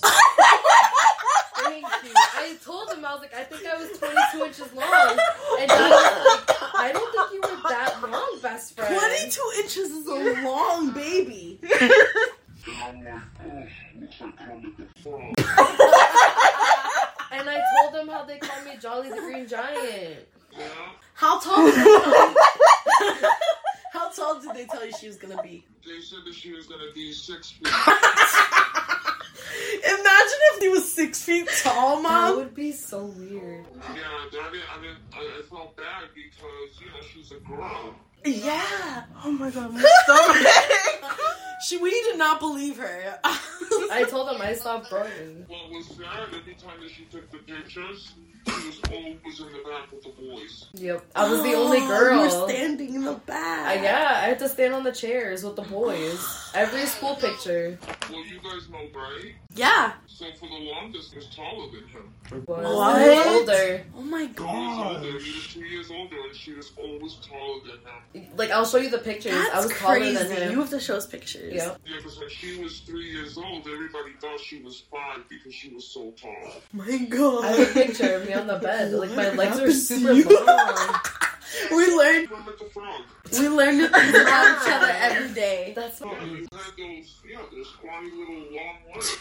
[SPEAKER 3] Thank you. I told him I was like, I think I was 22 inches long, and Dad was like, I don't think you were that long, best friend.
[SPEAKER 1] 22 inches is a long baby.
[SPEAKER 4] And I'm like, oh, looks like Kermit the Frog.
[SPEAKER 3] And I told him how they called me Jolly the Green Giant.
[SPEAKER 1] How tall? Did they, how tall did they tell you she was gonna be?
[SPEAKER 4] They said that she was gonna be six feet.
[SPEAKER 1] Imagine if he was six feet tall,
[SPEAKER 3] That
[SPEAKER 1] mom.
[SPEAKER 3] would be so weird.
[SPEAKER 4] Yeah, I mean, I mean, I, I felt bad because, you know, she's a girl.
[SPEAKER 1] Yeah.
[SPEAKER 2] Oh my god, my stomach.
[SPEAKER 1] She, we did not believe her.
[SPEAKER 3] I told him I stopped burning.
[SPEAKER 4] What was sad, every time that she took the pictures, she was always in the back with the boys.
[SPEAKER 3] Yep, I was the only girl.
[SPEAKER 1] You were standing in the
[SPEAKER 3] I,
[SPEAKER 1] back.
[SPEAKER 3] yeah, I had to stand on the chairs with the boys. Every school picture
[SPEAKER 4] Well, you guys know, right?
[SPEAKER 1] Yeah.
[SPEAKER 4] So for the longest, I was taller than him.
[SPEAKER 3] was
[SPEAKER 1] What?
[SPEAKER 3] I was older.
[SPEAKER 1] Oh my
[SPEAKER 4] He was
[SPEAKER 1] god.
[SPEAKER 4] older. He was two years older, and she was always taller than him.
[SPEAKER 3] Like I'll show you the pictures.
[SPEAKER 1] That's
[SPEAKER 3] I was taller
[SPEAKER 1] crazy.
[SPEAKER 3] than him.
[SPEAKER 1] You have to show us pictures.
[SPEAKER 3] Yep.
[SPEAKER 4] Yeah, because when she was three years old, everybody thought she was five because she was so tall.
[SPEAKER 1] My god.
[SPEAKER 3] I have a picture of me on the bed. Like my
[SPEAKER 1] What
[SPEAKER 3] legs are
[SPEAKER 1] happened to
[SPEAKER 3] super
[SPEAKER 1] you?
[SPEAKER 3] long.
[SPEAKER 1] we learned
[SPEAKER 4] Kermit the Frog.
[SPEAKER 1] we learned new things about each other every day.
[SPEAKER 3] That's
[SPEAKER 4] Yeah, you had those, yeah, those squatty little long legs.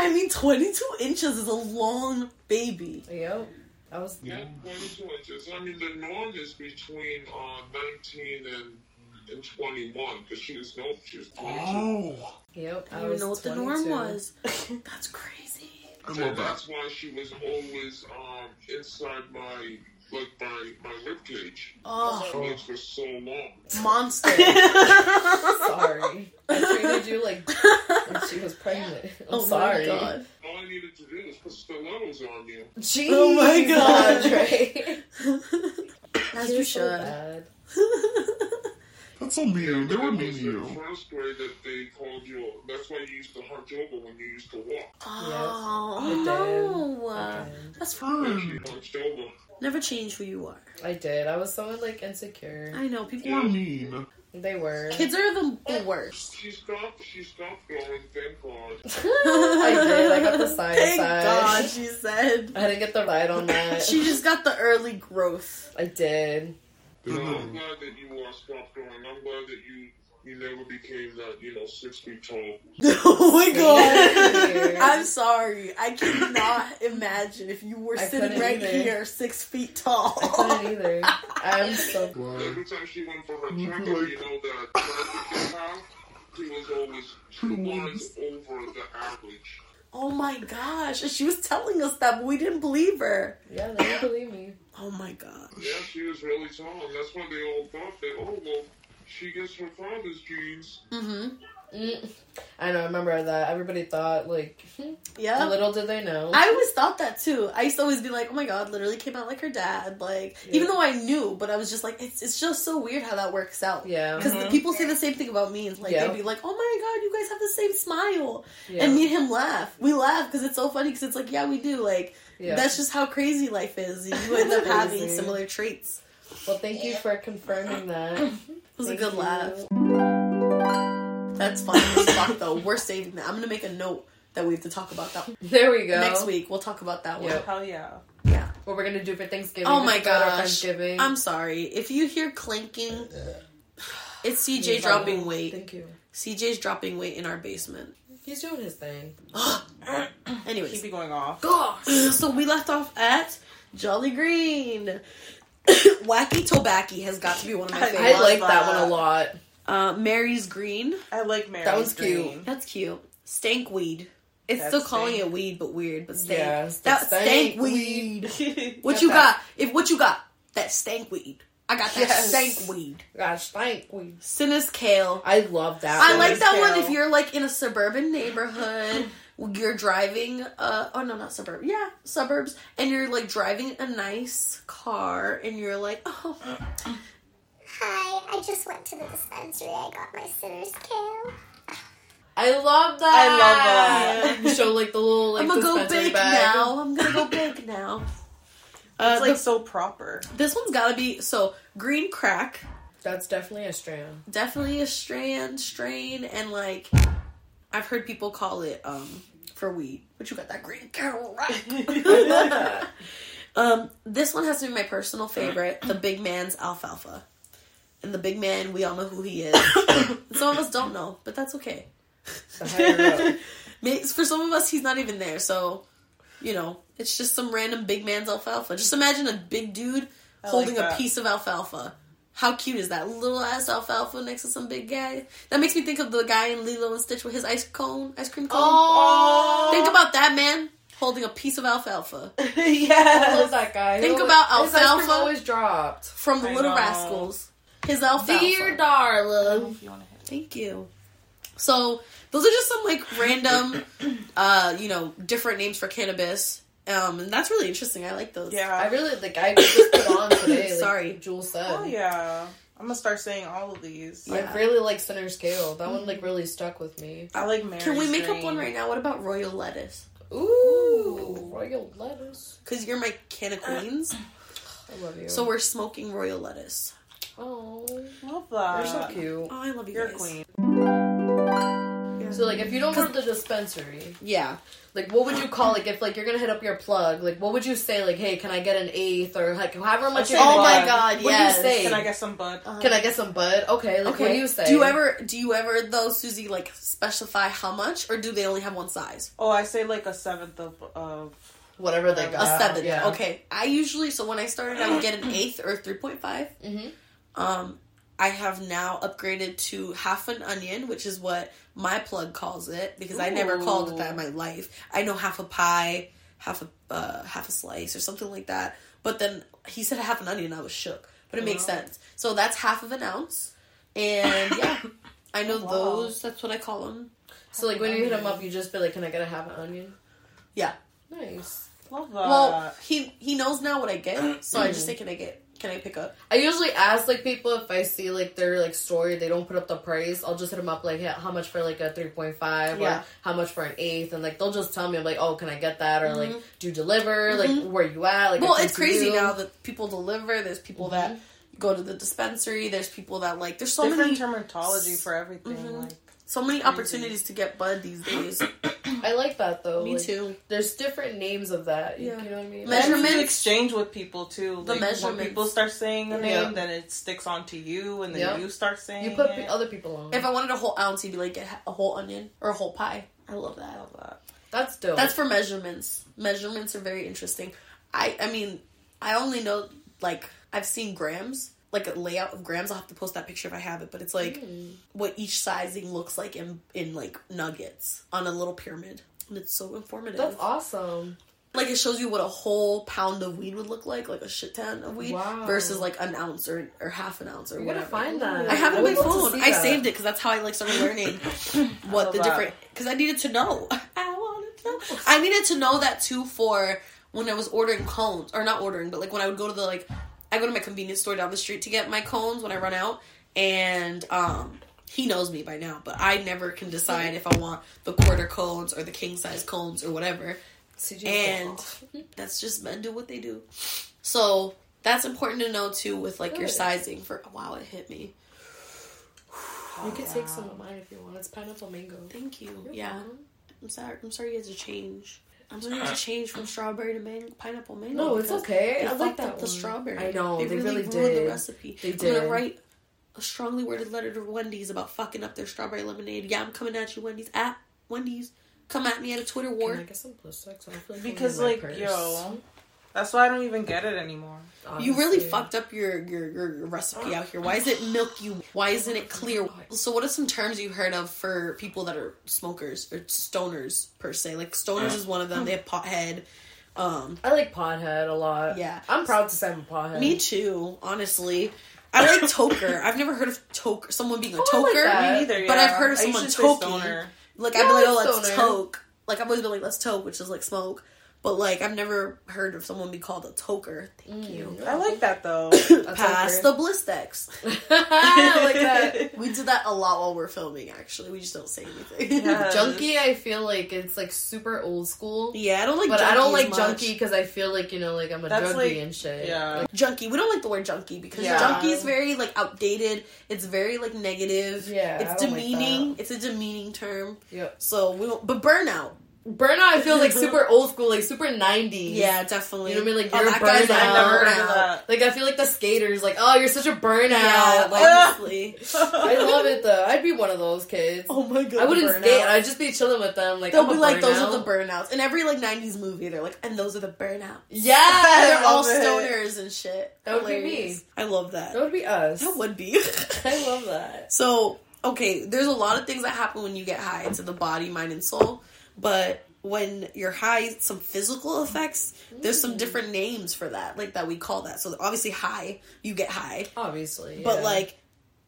[SPEAKER 1] I mean, 22 inches is a long baby.
[SPEAKER 3] yep. I was
[SPEAKER 4] Yeah,
[SPEAKER 5] Mm-hmm.
[SPEAKER 4] 22 inches. I mean, the norm is between uh, 19 and, and 21, because she was, no, she was 22.
[SPEAKER 5] Oh,
[SPEAKER 3] yep.
[SPEAKER 1] I
[SPEAKER 3] I
[SPEAKER 1] don't
[SPEAKER 3] was
[SPEAKER 1] even know what the
[SPEAKER 3] 22.
[SPEAKER 1] norm was. That's crazy.
[SPEAKER 4] So that's why she was always um, inside my, like, my, my ribcage.
[SPEAKER 1] Oh,
[SPEAKER 4] My legs were so long.
[SPEAKER 1] monster.
[SPEAKER 3] Sorry. I treated you like like she was pregnant. I'm
[SPEAKER 1] oh
[SPEAKER 3] sorry.
[SPEAKER 1] my god.
[SPEAKER 4] All I needed to do was put stilettos on you.
[SPEAKER 3] Jeez,
[SPEAKER 1] Oh my God.
[SPEAKER 3] Andre.
[SPEAKER 1] As
[SPEAKER 3] You're so
[SPEAKER 1] you should.
[SPEAKER 3] bad.
[SPEAKER 5] That's on me. They were
[SPEAKER 4] That
[SPEAKER 5] mean
[SPEAKER 4] was
[SPEAKER 5] to
[SPEAKER 4] the
[SPEAKER 5] you.
[SPEAKER 4] first grade that they called you. That's why you used to hunch over when you used to walk.
[SPEAKER 1] Oh,
[SPEAKER 3] Yes.
[SPEAKER 1] no. That's
[SPEAKER 5] Hmm.
[SPEAKER 4] Yeah,
[SPEAKER 1] fine.
[SPEAKER 4] she hunched over.
[SPEAKER 1] Never change who you are.
[SPEAKER 3] I did. I was so like insecure.
[SPEAKER 1] I know.
[SPEAKER 5] They
[SPEAKER 1] People
[SPEAKER 5] were
[SPEAKER 1] are.
[SPEAKER 5] mean.
[SPEAKER 3] They were.
[SPEAKER 1] Kids are the, the worst.
[SPEAKER 4] She stopped. She stopped growing. Thank God.
[SPEAKER 3] I did. I got the side
[SPEAKER 1] Thank
[SPEAKER 3] side.
[SPEAKER 1] God, she said.
[SPEAKER 3] I didn't get the ride on that.
[SPEAKER 1] She just got the early growth.
[SPEAKER 3] I did.
[SPEAKER 5] They
[SPEAKER 4] No, I'm
[SPEAKER 5] were.
[SPEAKER 4] glad that you uh, stopped growing. I'm glad that you you never became that you know six feet tall.
[SPEAKER 1] oh my
[SPEAKER 3] God.
[SPEAKER 1] I'm sorry. I cannot imagine if you were
[SPEAKER 3] I
[SPEAKER 1] sitting
[SPEAKER 3] couldn't
[SPEAKER 1] right
[SPEAKER 3] either.
[SPEAKER 1] here, six feet tall.
[SPEAKER 3] I couldn't either. I'm so.
[SPEAKER 5] Like,
[SPEAKER 4] Every time she went for her
[SPEAKER 5] Mhm.
[SPEAKER 4] checkup, you know that that house, she was always two lines over the average.
[SPEAKER 1] Oh my gosh. And she was telling us that, but we didn't believe her.
[SPEAKER 3] Yeah, they don't believe me.
[SPEAKER 1] Oh my god.
[SPEAKER 4] Yeah, she was really tall, and that's why they all thought that oh well, she gets her father's genes.
[SPEAKER 1] Mm-hmm.
[SPEAKER 3] Mm. I know. I remember that. Everybody thought like.
[SPEAKER 1] Yeah.
[SPEAKER 3] Little did they know.
[SPEAKER 1] I always thought that too. I used to always be like, oh my god, literally came out like her dad. Like,
[SPEAKER 3] Yeah.
[SPEAKER 1] even though I knew, but I was just like, it's, it's just so weird how that works out.
[SPEAKER 3] yeah.
[SPEAKER 1] Because the people say the same thing about me. It's Like,
[SPEAKER 3] Uh-huh. Yeah.
[SPEAKER 1] they'd be like, oh my god, you guys have the same smile.
[SPEAKER 3] yeah.
[SPEAKER 1] And me and him laugh. We laugh because it's so funny because it's like, yeah, we do. Like,
[SPEAKER 3] yeah.
[SPEAKER 1] That's just how crazy life is. You end up having
[SPEAKER 3] Crazy.
[SPEAKER 1] similar traits.
[SPEAKER 3] Well, thank you for confirming that. It
[SPEAKER 1] It was a good laugh. That's funny as fuck though. We're saving that. I'm gonna make a note that we have to talk about that
[SPEAKER 3] There we go.
[SPEAKER 1] next week. We'll talk about that one.
[SPEAKER 3] Yep.
[SPEAKER 2] Hell yeah.
[SPEAKER 1] Yeah.
[SPEAKER 3] What we're gonna do for Thanksgiving?
[SPEAKER 1] Oh my
[SPEAKER 3] Just about our
[SPEAKER 1] gosh.
[SPEAKER 3] Thanksgiving.
[SPEAKER 1] I'm sorry if you hear clinking. It's
[SPEAKER 3] He's
[SPEAKER 1] CJ
[SPEAKER 3] like,
[SPEAKER 1] dropping
[SPEAKER 3] "Oh,
[SPEAKER 1] weight.
[SPEAKER 3] Thank you.
[SPEAKER 1] CJ's dropping weight in our basement.
[SPEAKER 3] He's doing his thing.
[SPEAKER 2] Keep
[SPEAKER 1] Anyways,
[SPEAKER 2] it going off.
[SPEAKER 1] so we left off at Jolly Green. Wacky Tobacco has got to be one of my
[SPEAKER 2] I
[SPEAKER 1] favorites.
[SPEAKER 3] I
[SPEAKER 2] love
[SPEAKER 3] like that
[SPEAKER 2] that.
[SPEAKER 3] one a lot.
[SPEAKER 1] uh, Mary's Green.
[SPEAKER 2] I like Mary.
[SPEAKER 3] was cute.
[SPEAKER 1] That's cute. Stank weed. It's
[SPEAKER 2] That's
[SPEAKER 1] still calling
[SPEAKER 2] stank.
[SPEAKER 1] it weed, but weird. But stank.
[SPEAKER 3] Yeah, it's the
[SPEAKER 1] that stank,
[SPEAKER 3] stank
[SPEAKER 1] weed.
[SPEAKER 2] cute.
[SPEAKER 1] What you got? If what you got? That stank weed. I got that
[SPEAKER 3] Yes.
[SPEAKER 1] stank weed.
[SPEAKER 3] Gosh, thank we.
[SPEAKER 1] Sinus kale.
[SPEAKER 3] I love that.
[SPEAKER 1] I
[SPEAKER 3] one.
[SPEAKER 1] like that one.
[SPEAKER 2] kale.
[SPEAKER 1] If you're like in a suburban neighborhood, you're driving. Uh oh no, not suburb. Yeah, suburbs, and you're like driving a nice car, and you're like, oh,
[SPEAKER 6] Hi, I just went to the dispensary. I got my sinner's kale.
[SPEAKER 3] I love
[SPEAKER 2] I
[SPEAKER 3] that. I love that. you show like the little like
[SPEAKER 1] I'm gonna go
[SPEAKER 3] dispensary
[SPEAKER 1] bake
[SPEAKER 3] bag.
[SPEAKER 1] now. I'm gonna go bake now. Uh,
[SPEAKER 2] it's like
[SPEAKER 1] the-
[SPEAKER 2] so proper.
[SPEAKER 1] this one's gotta be so green crack,
[SPEAKER 3] That's definitely a strand.
[SPEAKER 1] definitely a strand strain, and like I've heard people call it um for weed. But you got that green crack. um, this one has to be my personal favorite, the big man's alfalfa. And the big man, we all know who he is. some of us don't know, but that's okay.
[SPEAKER 3] The higher up.
[SPEAKER 1] May- For some of us, he's not even there. So, you know, it's just some random big man's alfalfa. Just imagine a big dude
[SPEAKER 2] I
[SPEAKER 1] holding
[SPEAKER 2] like
[SPEAKER 1] a
[SPEAKER 2] that.
[SPEAKER 1] piece of alfalfa. How cute is that? Little ass alfalfa next to some big guy. That makes me think of the guy in Lilo and Stitch with his ice cone, ice cream cone.
[SPEAKER 3] Oh,
[SPEAKER 1] Think about that man holding a piece of alfalfa
[SPEAKER 3] I love
[SPEAKER 2] yes.
[SPEAKER 3] that guy.
[SPEAKER 1] Think
[SPEAKER 3] He
[SPEAKER 1] about
[SPEAKER 3] always- his ice cream
[SPEAKER 1] alfalfa.
[SPEAKER 3] always dropped.
[SPEAKER 1] from the
[SPEAKER 2] I
[SPEAKER 1] Little
[SPEAKER 2] know.
[SPEAKER 1] Rascals. His alfalfa.
[SPEAKER 3] Dear darling.
[SPEAKER 2] If you wanna hit it.
[SPEAKER 1] Thank you. So those are just some like random, uh, you know, different names for cannabis. Um, and that's really interesting. I like those.
[SPEAKER 2] Yeah.
[SPEAKER 3] I really like. I just put on today. Like
[SPEAKER 1] Sorry.
[SPEAKER 3] Jewel said.
[SPEAKER 2] Oh yeah. I'm gonna start saying all of these.
[SPEAKER 1] Yeah. Mm-hmm.
[SPEAKER 3] I really like Sinner's Scale. That one like really stuck with me.
[SPEAKER 2] I like Mary.
[SPEAKER 1] Can we make up one right now? What about royal lettuce?
[SPEAKER 3] Ooh, royal lettuce.
[SPEAKER 1] Because you're my can
[SPEAKER 3] Uh,
[SPEAKER 1] of queens.
[SPEAKER 3] I love you.
[SPEAKER 1] So we're smoking royal lettuce.
[SPEAKER 3] oh,
[SPEAKER 2] Love
[SPEAKER 3] you're
[SPEAKER 2] that.
[SPEAKER 3] so cute.
[SPEAKER 1] Oh, I love you
[SPEAKER 2] You're a
[SPEAKER 1] guys.
[SPEAKER 2] queen.
[SPEAKER 3] So like, if you don't go to the dispensary,
[SPEAKER 1] Yeah.
[SPEAKER 3] like, what would you call like if like you're gonna hit up your plug? Like, what would you say? Like, hey, can I get an eighth or like however much?
[SPEAKER 2] say
[SPEAKER 3] you're gonna
[SPEAKER 2] Oh
[SPEAKER 3] get.
[SPEAKER 2] my
[SPEAKER 1] God,
[SPEAKER 3] What
[SPEAKER 1] yes.
[SPEAKER 3] do you say?
[SPEAKER 2] Can I get some bud?
[SPEAKER 3] Can I get some bud? Okay. Like, What do you say?
[SPEAKER 1] Do you ever do you ever though, Susie, like specify how much, or do they only have one size?
[SPEAKER 2] Oh, I say like a seventh of of
[SPEAKER 3] whatever they got?
[SPEAKER 1] A seventh.
[SPEAKER 3] Uh, Yeah.
[SPEAKER 1] Okay. I usually so when I started, I would get an eighth or three point five.
[SPEAKER 3] Mm-hmm.
[SPEAKER 1] Um, I have now upgraded to half an onion, which is what my plug calls it because I never called it that in my life. I know half a pie, half a uh, half a slice, or something like that. But then he said half an onion, I was shook. But it makes sense. So that's half of an ounce, and yeah, I know
[SPEAKER 2] Wow.
[SPEAKER 1] those. That's what I call them.
[SPEAKER 3] So like, when you hit them up, you just be like, can I get a half an onion?
[SPEAKER 1] Yeah.
[SPEAKER 3] Nice.
[SPEAKER 2] love that.
[SPEAKER 3] Uh,
[SPEAKER 1] Well, he he knows now what I get, so
[SPEAKER 3] mm-hmm.
[SPEAKER 1] I just say, "Can I get? Can I pick up?"
[SPEAKER 3] I usually ask like people if I see like their like story, they don't put up the price. I'll just hit them up like yeah, how much for like a three point five
[SPEAKER 1] Yeah.
[SPEAKER 3] or how much for an eighth, and like they'll just tell me I'm like oh can I get that or like do you deliver like where you at like I
[SPEAKER 1] Mm-hmm. well,
[SPEAKER 3] come
[SPEAKER 1] it's
[SPEAKER 3] to
[SPEAKER 1] crazy
[SPEAKER 3] you.
[SPEAKER 1] now that people deliver. There's people that go to the dispensary. There's people that like. There's so
[SPEAKER 2] different
[SPEAKER 1] many
[SPEAKER 2] terminology for everything.
[SPEAKER 1] Mhm.
[SPEAKER 2] Like
[SPEAKER 1] so many opportunities to get bud these days.
[SPEAKER 3] I like that though.
[SPEAKER 1] Me
[SPEAKER 3] like,
[SPEAKER 1] too.
[SPEAKER 3] There's different names of that. You,
[SPEAKER 1] Yeah.
[SPEAKER 3] you know what I mean?
[SPEAKER 2] And
[SPEAKER 1] Measure-
[SPEAKER 2] you
[SPEAKER 1] Measurements.
[SPEAKER 2] exchange with people too.
[SPEAKER 1] The
[SPEAKER 2] like,
[SPEAKER 1] measurements.
[SPEAKER 2] When people start saying a name,
[SPEAKER 3] Yeah.
[SPEAKER 2] then it sticks onto you, and then
[SPEAKER 3] Yeah.
[SPEAKER 2] you start saying.
[SPEAKER 3] you put pe-
[SPEAKER 2] it.
[SPEAKER 1] oh.
[SPEAKER 3] other people on.
[SPEAKER 1] If I wanted a whole ounce, he'd be like, get a whole onion or a whole pie. I love that.
[SPEAKER 2] Love that.
[SPEAKER 3] That's dope.
[SPEAKER 1] That's for measurements. Measurements are very interesting. I I mean, I only know like I've seen grams, like a layout of grams. I'll have to post that picture if I have it, but it's like what each sizing looks like in in like nuggets on a little pyramid. And it's so informative.
[SPEAKER 3] that's awesome.
[SPEAKER 1] like it shows you what a whole pound of weed would look like, like a shit ton of weed,
[SPEAKER 3] Wow.
[SPEAKER 1] versus like an ounce or, or half an ounce or
[SPEAKER 3] You're gonna
[SPEAKER 1] whatever.
[SPEAKER 3] find that.
[SPEAKER 1] I have it on
[SPEAKER 3] would
[SPEAKER 1] my
[SPEAKER 3] love to
[SPEAKER 1] phone.
[SPEAKER 3] see
[SPEAKER 1] I
[SPEAKER 3] that.
[SPEAKER 1] saved it because that's how I like started learning what
[SPEAKER 2] love
[SPEAKER 1] the
[SPEAKER 2] that.
[SPEAKER 1] different. Because I needed to know. I wanted to know. I needed to know that too for when I was ordering cones or not ordering, but like when I would go to the like, I go to my convenience store down the street to get my cones when I run out, and um. He knows me by now, but I never can decide if I want the quarter cones or the king size cones or whatever.
[SPEAKER 3] CG's
[SPEAKER 1] And-
[SPEAKER 3] off.
[SPEAKER 1] That's just men do what they do. So that's important to know too with like your
[SPEAKER 3] Good.
[SPEAKER 1] sizing for wow it hit me.
[SPEAKER 3] you can take some of mine if you want. It's pineapple mango.
[SPEAKER 1] Thank you.
[SPEAKER 3] You're
[SPEAKER 1] yeah.
[SPEAKER 3] welcome.
[SPEAKER 1] I'm sorry I'm sorry you had to change. I'm sorry you had to change from strawberry to mango pineapple mango.
[SPEAKER 3] No, it's
[SPEAKER 1] because
[SPEAKER 3] okay.
[SPEAKER 1] They
[SPEAKER 3] I
[SPEAKER 1] fucked
[SPEAKER 3] like that
[SPEAKER 1] up the
[SPEAKER 3] one.
[SPEAKER 1] strawberry.
[SPEAKER 3] I know they, really,
[SPEAKER 1] ruined
[SPEAKER 3] did.
[SPEAKER 1] the recipe.
[SPEAKER 3] They
[SPEAKER 1] I'm gonna
[SPEAKER 3] did.
[SPEAKER 1] write a strongly worded letter to Wendy's about fucking up their strawberry lemonade. Yeah, I'm coming at you, Wendy's. At Wendy's. Come at me at a Twitter war.
[SPEAKER 3] Can I get some Blistex? I feel like
[SPEAKER 2] Because
[SPEAKER 3] I'm in my
[SPEAKER 2] like
[SPEAKER 3] purse,
[SPEAKER 2] yo, that's why I don't even get it anymore.
[SPEAKER 1] You really
[SPEAKER 3] honestly.
[SPEAKER 1] fucked up your, your your your recipe out here. Why is it milky? Why isn't it clear?
[SPEAKER 3] Oh
[SPEAKER 1] So, what are some terms you've heard of for people that are smokers or stoners per se? Like stoners is one of them. They have pothead. Um,
[SPEAKER 3] I like pothead a lot.
[SPEAKER 1] Yeah.
[SPEAKER 3] I'm proud to say I'm a pothead.
[SPEAKER 1] me too. Honestly, I like toker. I've never heard of toker. Someone being a
[SPEAKER 3] Oh, I like
[SPEAKER 1] toker.
[SPEAKER 3] that.
[SPEAKER 2] Me neither.
[SPEAKER 1] But
[SPEAKER 2] yeah.
[SPEAKER 1] I've heard of
[SPEAKER 2] I
[SPEAKER 1] someone
[SPEAKER 2] usually say
[SPEAKER 1] toking.
[SPEAKER 2] stoner.
[SPEAKER 1] Like
[SPEAKER 3] Yeah,
[SPEAKER 1] I've been like,
[SPEAKER 3] I
[SPEAKER 1] oh,
[SPEAKER 3] like
[SPEAKER 1] let's
[SPEAKER 3] stoner.
[SPEAKER 1] toke. Like I've always been like, let's toke, which is like smoke. But like I've never heard of someone be called a toker. Thank
[SPEAKER 3] Mm.
[SPEAKER 1] you.
[SPEAKER 2] I like that though.
[SPEAKER 1] Pass the Blistex.
[SPEAKER 3] I like that.
[SPEAKER 1] We do that a lot while we're filming. Actually, we just don't say anything.
[SPEAKER 2] Yeah.
[SPEAKER 3] Junkie, I feel like it's like super old school.
[SPEAKER 1] yeah, I don't like.
[SPEAKER 3] But I don't like junkie
[SPEAKER 1] junkie. as much.
[SPEAKER 3] because I feel like you know, like I'm a
[SPEAKER 2] That's
[SPEAKER 3] junkie
[SPEAKER 2] like-
[SPEAKER 3] and shit.
[SPEAKER 2] yeah.
[SPEAKER 3] Like,
[SPEAKER 1] Junkie. We don't like the word junkie because
[SPEAKER 2] Yeah.
[SPEAKER 1] junkie is very like outdated. It's very like negative.
[SPEAKER 3] Yeah, I
[SPEAKER 1] it's
[SPEAKER 3] don't like
[SPEAKER 1] demeaning. it's a demeaning term.
[SPEAKER 3] yep.
[SPEAKER 1] So we don't. But burnout.
[SPEAKER 3] Burnout, I feel like super old school, like super '90s.
[SPEAKER 1] Yeah, definitely.
[SPEAKER 3] You know what I mean? Like
[SPEAKER 1] Oh,
[SPEAKER 3] you're
[SPEAKER 1] that
[SPEAKER 3] burnout.
[SPEAKER 1] guy's
[SPEAKER 2] I never heard of
[SPEAKER 1] burnout.
[SPEAKER 2] that.
[SPEAKER 3] Like I feel like the skaters, like oh, you're such a burnout.
[SPEAKER 1] Yeah,
[SPEAKER 3] Like,
[SPEAKER 1] obviously.
[SPEAKER 3] I love it though. I'd be one of those kids.
[SPEAKER 1] Oh my god.
[SPEAKER 3] I wouldn't
[SPEAKER 1] burnout.
[SPEAKER 3] skate. I'd just be chilling with them. Like
[SPEAKER 1] They'll
[SPEAKER 3] I'm
[SPEAKER 1] be
[SPEAKER 3] a
[SPEAKER 1] like, those are
[SPEAKER 3] burnout."
[SPEAKER 1] the burnouts. In every like '90s movie, they're like, and those are the burnouts.
[SPEAKER 3] Yeah,
[SPEAKER 1] And they're all
[SPEAKER 2] love it.
[SPEAKER 1] stoners and shit.
[SPEAKER 3] That would be me.
[SPEAKER 1] Hilarious. I love that.
[SPEAKER 3] That would be us.
[SPEAKER 1] That would be.
[SPEAKER 3] I love that.
[SPEAKER 1] so okay, there's a lot of things that happen when you get high to the body, mind, and soul. But when you're high, some physical effects. There's some different names for that, like that we call that. So obviously, high, you get high.
[SPEAKER 3] Obviously,
[SPEAKER 1] But
[SPEAKER 3] yeah.
[SPEAKER 1] like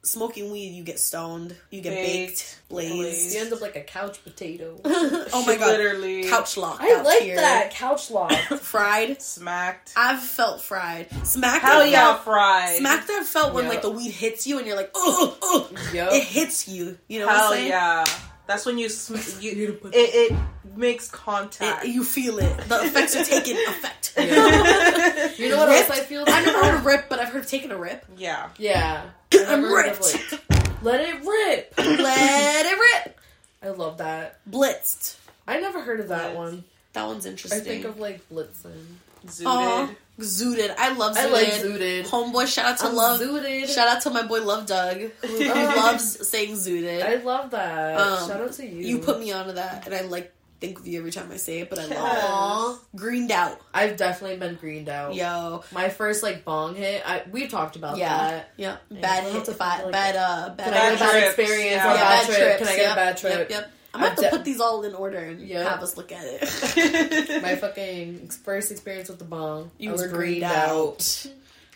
[SPEAKER 1] smoking weed, you get stoned, you get
[SPEAKER 2] Baked,
[SPEAKER 1] baked, blazed.
[SPEAKER 3] you end up like a couch potato.
[SPEAKER 1] oh my god,
[SPEAKER 2] Literally.
[SPEAKER 1] couch locked.
[SPEAKER 3] I
[SPEAKER 1] out
[SPEAKER 3] like
[SPEAKER 1] here.
[SPEAKER 3] that couch lock.
[SPEAKER 1] Fried.
[SPEAKER 2] Smacked.
[SPEAKER 1] I've felt fried. Smacked.
[SPEAKER 2] Hell
[SPEAKER 1] I've
[SPEAKER 2] yeah,
[SPEAKER 1] felt-
[SPEAKER 2] fried.
[SPEAKER 1] Smacked. I've felt when
[SPEAKER 3] Yeah.
[SPEAKER 1] like the weed hits you and you're like, oh, oh,
[SPEAKER 3] Yup.
[SPEAKER 1] it hits you. You know what I'm
[SPEAKER 2] Hell
[SPEAKER 1] saying?
[SPEAKER 2] yeah. That's when you sm- you it, it makes contact.
[SPEAKER 1] It- you feel it. The effects are taking effect.
[SPEAKER 3] Yeah. You know what
[SPEAKER 1] Ripped?
[SPEAKER 3] else I feel?
[SPEAKER 1] I've never heard of rip, but I've heard of taking a rip.
[SPEAKER 2] yeah.
[SPEAKER 3] Yeah, I've
[SPEAKER 1] I'm
[SPEAKER 3] never heard of,
[SPEAKER 1] ripped.
[SPEAKER 3] like, Let it rip.
[SPEAKER 1] Let it rip.
[SPEAKER 3] I love that.
[SPEAKER 1] Blitzed.
[SPEAKER 3] I never heard of that
[SPEAKER 2] Blitz.
[SPEAKER 3] one.
[SPEAKER 1] That one's
[SPEAKER 3] I
[SPEAKER 1] interesting.
[SPEAKER 3] think of like Blitzen.
[SPEAKER 2] Zooted.
[SPEAKER 1] Aw, Zooted. I love Zooted.
[SPEAKER 3] I like Zooted.
[SPEAKER 1] Homeboy, shout out to
[SPEAKER 3] I'm
[SPEAKER 1] Love.
[SPEAKER 3] Zooted. Oh.
[SPEAKER 1] Shout out to my boy Love Doug, who who loves saying Zooted.
[SPEAKER 3] I love that.
[SPEAKER 1] Um,
[SPEAKER 3] Shout out to you.
[SPEAKER 1] You put me onto that, and I like think of you every time I say it, but I love
[SPEAKER 2] Yes.
[SPEAKER 1] it. Greened out,
[SPEAKER 3] I've definitely been greened out.
[SPEAKER 1] yo,
[SPEAKER 3] My first like bong hit. I we talked about
[SPEAKER 1] yeah,
[SPEAKER 3] that.
[SPEAKER 1] yeah,
[SPEAKER 3] I
[SPEAKER 1] bad
[SPEAKER 3] don't
[SPEAKER 1] hit,
[SPEAKER 3] have to
[SPEAKER 1] bad,
[SPEAKER 3] feel like
[SPEAKER 1] bad, uh, bad,
[SPEAKER 3] Can I get a
[SPEAKER 2] Bad
[SPEAKER 3] bad
[SPEAKER 2] trips,
[SPEAKER 3] experience
[SPEAKER 2] yeah.
[SPEAKER 3] or a
[SPEAKER 1] yeah,
[SPEAKER 3] bad,
[SPEAKER 1] bad
[SPEAKER 3] trip? Can I get
[SPEAKER 1] yep,
[SPEAKER 3] a bad trip?
[SPEAKER 1] Yep, yep. I'm gonna
[SPEAKER 3] I've
[SPEAKER 1] have to
[SPEAKER 3] de-
[SPEAKER 1] put these all in order and
[SPEAKER 3] Yeah.
[SPEAKER 1] have us look at it.
[SPEAKER 3] My fucking ex- first experience with the bong.
[SPEAKER 1] You
[SPEAKER 3] I
[SPEAKER 1] was
[SPEAKER 3] was
[SPEAKER 1] greened
[SPEAKER 3] greened
[SPEAKER 1] out.
[SPEAKER 3] out.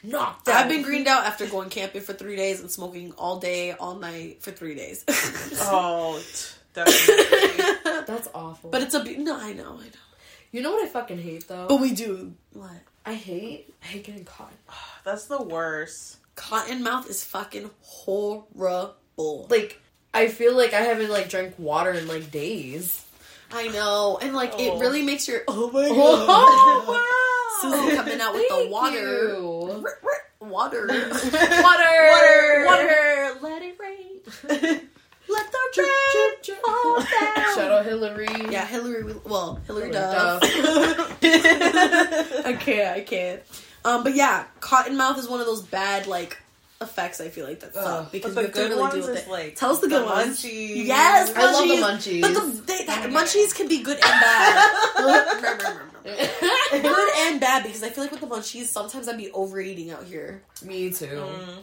[SPEAKER 3] Knocked out.
[SPEAKER 1] I've been greened out after going camping for three days and smoking all day, all night for three days.
[SPEAKER 2] Oh, t- definitely.
[SPEAKER 3] That's awful.
[SPEAKER 1] but it's a be- no, I know, I know.
[SPEAKER 3] you know what I fucking hate though.
[SPEAKER 1] But we do what?
[SPEAKER 3] I hate. I hate getting caught.
[SPEAKER 2] That's the worst.
[SPEAKER 1] Cotton mouth is fucking horrible.
[SPEAKER 3] Like I feel like I haven't like drank water in like days.
[SPEAKER 1] I know, and like
[SPEAKER 2] Oh.
[SPEAKER 1] it really makes your oh my god,
[SPEAKER 2] Oh,
[SPEAKER 1] Susan coming out with the
[SPEAKER 3] Thank
[SPEAKER 1] water,
[SPEAKER 3] you.
[SPEAKER 1] water,
[SPEAKER 2] wow.
[SPEAKER 3] Water.
[SPEAKER 1] water. Let it rain, let the rain fall down.
[SPEAKER 3] Shout out Hillary.
[SPEAKER 1] Yeah, Hillary. Well, Hillary,
[SPEAKER 3] Hillary
[SPEAKER 1] Duff. I can't. I can't. Um, but yeah, cottonmouth is one of those bad like effects. I feel like that suck
[SPEAKER 3] Ugh,
[SPEAKER 1] because
[SPEAKER 2] But
[SPEAKER 1] we
[SPEAKER 2] the
[SPEAKER 1] have
[SPEAKER 2] good
[SPEAKER 1] to really
[SPEAKER 2] ones
[SPEAKER 1] deal with
[SPEAKER 2] is
[SPEAKER 1] it.
[SPEAKER 2] like
[SPEAKER 1] Tell us the good ones.
[SPEAKER 2] Munchies.
[SPEAKER 1] Yes,
[SPEAKER 3] I love the munchies.
[SPEAKER 1] But the they, that- munchies can be good and bad. good and bad because I feel like with the munchies sometimes I'd be overeating out here.
[SPEAKER 3] Me too.
[SPEAKER 1] Mm.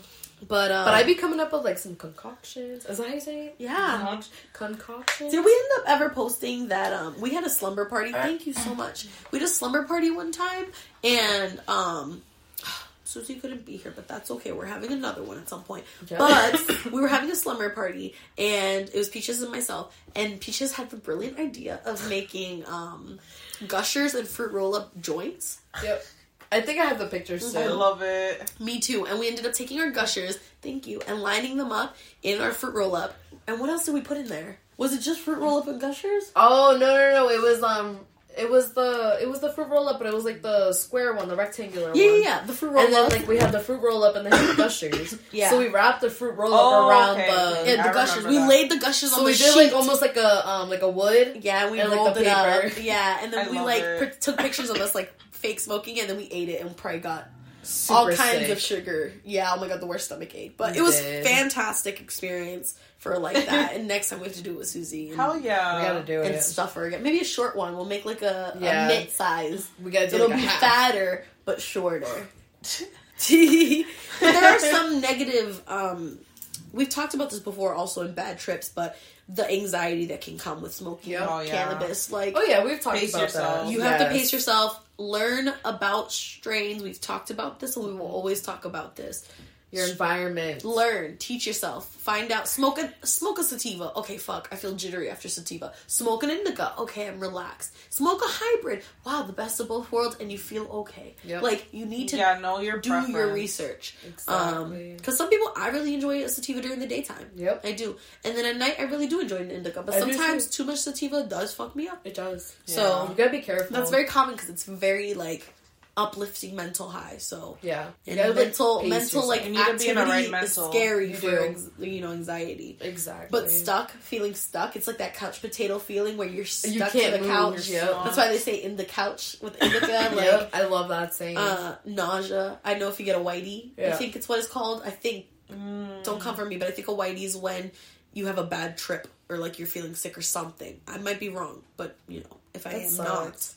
[SPEAKER 1] But um,
[SPEAKER 3] But I'd be coming up with like some concoctions. Is that how you say it?
[SPEAKER 1] yeah.
[SPEAKER 3] Concoctions?
[SPEAKER 1] Did we end up ever posting that um we had a slumber party? Thank you so much. We had a slumber party one time and um Susie couldn't be here, but that's okay. We're having another one at some point.
[SPEAKER 3] Yeah.
[SPEAKER 1] But we were having a slumber party and it was Peaches and myself and Peaches had the brilliant idea of making um gushers and fruit roll up joints.
[SPEAKER 3] Yep. I think I have the picture
[SPEAKER 2] I
[SPEAKER 3] still.
[SPEAKER 2] love it.
[SPEAKER 1] Me too. And we ended up taking our gushers, thank you, and lining them up in our fruit roll up. And what else did we put in there? Was it just fruit roll up and gushers?
[SPEAKER 3] Oh no no no! It was um, it was the it was the fruit roll up, but it was like the square one, the rectangular
[SPEAKER 1] Yeah, yeah,
[SPEAKER 3] one.
[SPEAKER 1] yeah. The fruit roll
[SPEAKER 3] And then
[SPEAKER 1] up.
[SPEAKER 3] like we had the fruit roll up and then the gushers.
[SPEAKER 1] Yeah.
[SPEAKER 3] So we wrapped the fruit roll up
[SPEAKER 2] Oh,
[SPEAKER 3] around
[SPEAKER 2] okay.
[SPEAKER 1] Yeah,
[SPEAKER 3] the.
[SPEAKER 2] I
[SPEAKER 1] the gushers.
[SPEAKER 2] remember
[SPEAKER 1] We
[SPEAKER 2] that.
[SPEAKER 1] laid the gushers
[SPEAKER 3] so
[SPEAKER 1] on
[SPEAKER 3] we
[SPEAKER 1] the
[SPEAKER 3] did
[SPEAKER 1] sheet.
[SPEAKER 3] like almost like a um like a wood.
[SPEAKER 1] oh yeah, we
[SPEAKER 3] and, like,
[SPEAKER 1] rolled
[SPEAKER 3] the
[SPEAKER 1] it up.
[SPEAKER 3] paper.
[SPEAKER 1] Yeah, and then
[SPEAKER 2] I
[SPEAKER 1] we
[SPEAKER 2] love
[SPEAKER 1] like
[SPEAKER 2] it.
[SPEAKER 1] pr- took pictures of us like fake smoking, and then we ate it and probably got
[SPEAKER 3] Super
[SPEAKER 1] all kinds of
[SPEAKER 3] sick.
[SPEAKER 1] sugar. Yeah, oh my god, the worst stomach ache. But
[SPEAKER 3] We
[SPEAKER 1] it was
[SPEAKER 3] did.
[SPEAKER 1] fantastic experience for like that. and next time we have to do it with Susie. And,
[SPEAKER 2] Hell yeah.
[SPEAKER 3] We gotta do
[SPEAKER 1] and
[SPEAKER 3] it.
[SPEAKER 1] stuff her again. Maybe a short one. We'll make like a,
[SPEAKER 3] Yeah.
[SPEAKER 1] a mid size.
[SPEAKER 3] We gotta do
[SPEAKER 1] It'll
[SPEAKER 3] like a
[SPEAKER 1] be
[SPEAKER 3] half.
[SPEAKER 1] fatter but shorter. but there are some negative. Um, we've talked about this before, also in bad trips, but the anxiety that can come with smoking
[SPEAKER 3] Yeah.
[SPEAKER 2] Oh, yeah.
[SPEAKER 1] cannabis, like
[SPEAKER 3] Oh yeah, we've talked
[SPEAKER 2] Pace
[SPEAKER 3] about
[SPEAKER 2] yourself.
[SPEAKER 3] that.
[SPEAKER 1] you have to
[SPEAKER 3] Yes.
[SPEAKER 1] pace
[SPEAKER 3] Mm-hmm.
[SPEAKER 1] yourself. Learn about strains. We've talked about this, and we will always talk about this.
[SPEAKER 3] your environment.
[SPEAKER 1] Learn, teach yourself, find out. Smoke a smoke a sativa. Okay, fuck, I feel jittery after sativa. Smoke an indica. Okay, I'm relaxed. Smoke a hybrid. Wow, the best of both worlds, and you feel okay.
[SPEAKER 3] Yep.
[SPEAKER 1] Like you need to
[SPEAKER 2] yeah, know your
[SPEAKER 1] do
[SPEAKER 2] preference.
[SPEAKER 1] your research.
[SPEAKER 3] Exactly.
[SPEAKER 1] Because some people, I really enjoy a sativa during the daytime.
[SPEAKER 3] Yep.
[SPEAKER 1] I do, and then at night, I really do enjoy an indica. But
[SPEAKER 3] I do too.
[SPEAKER 1] sometimes too much sativa does fuck me up.
[SPEAKER 3] It does.
[SPEAKER 1] So-
[SPEAKER 3] you gotta be careful.
[SPEAKER 1] That's very common because it's very like uplifting mental high. So
[SPEAKER 3] yeah. You
[SPEAKER 1] and
[SPEAKER 3] gotta, like,
[SPEAKER 1] mental
[SPEAKER 3] pace
[SPEAKER 1] mental like
[SPEAKER 2] You
[SPEAKER 3] yourself.
[SPEAKER 2] need to be in the right
[SPEAKER 1] activity is
[SPEAKER 2] mental.
[SPEAKER 1] scary
[SPEAKER 3] You
[SPEAKER 1] for
[SPEAKER 3] do.
[SPEAKER 1] anx- you know anxiety.
[SPEAKER 3] exactly.
[SPEAKER 1] But stuck, feeling stuck. It's like that couch potato feeling where you're
[SPEAKER 3] can't
[SPEAKER 1] stuck to the
[SPEAKER 3] move,
[SPEAKER 1] couch.
[SPEAKER 3] yep.
[SPEAKER 1] That's why they say in the couch with indica, like
[SPEAKER 3] Yep, I love that saying.
[SPEAKER 1] uh, nausea. I know if you get a whitey, I
[SPEAKER 3] Yeah. Mm.
[SPEAKER 1] think it's what it's called. I think don't come for me, but I think a whitey is when you have a bad trip or like you're feeling sick or something. I might be wrong, but you know if I
[SPEAKER 3] That
[SPEAKER 1] am
[SPEAKER 3] sucks.
[SPEAKER 1] not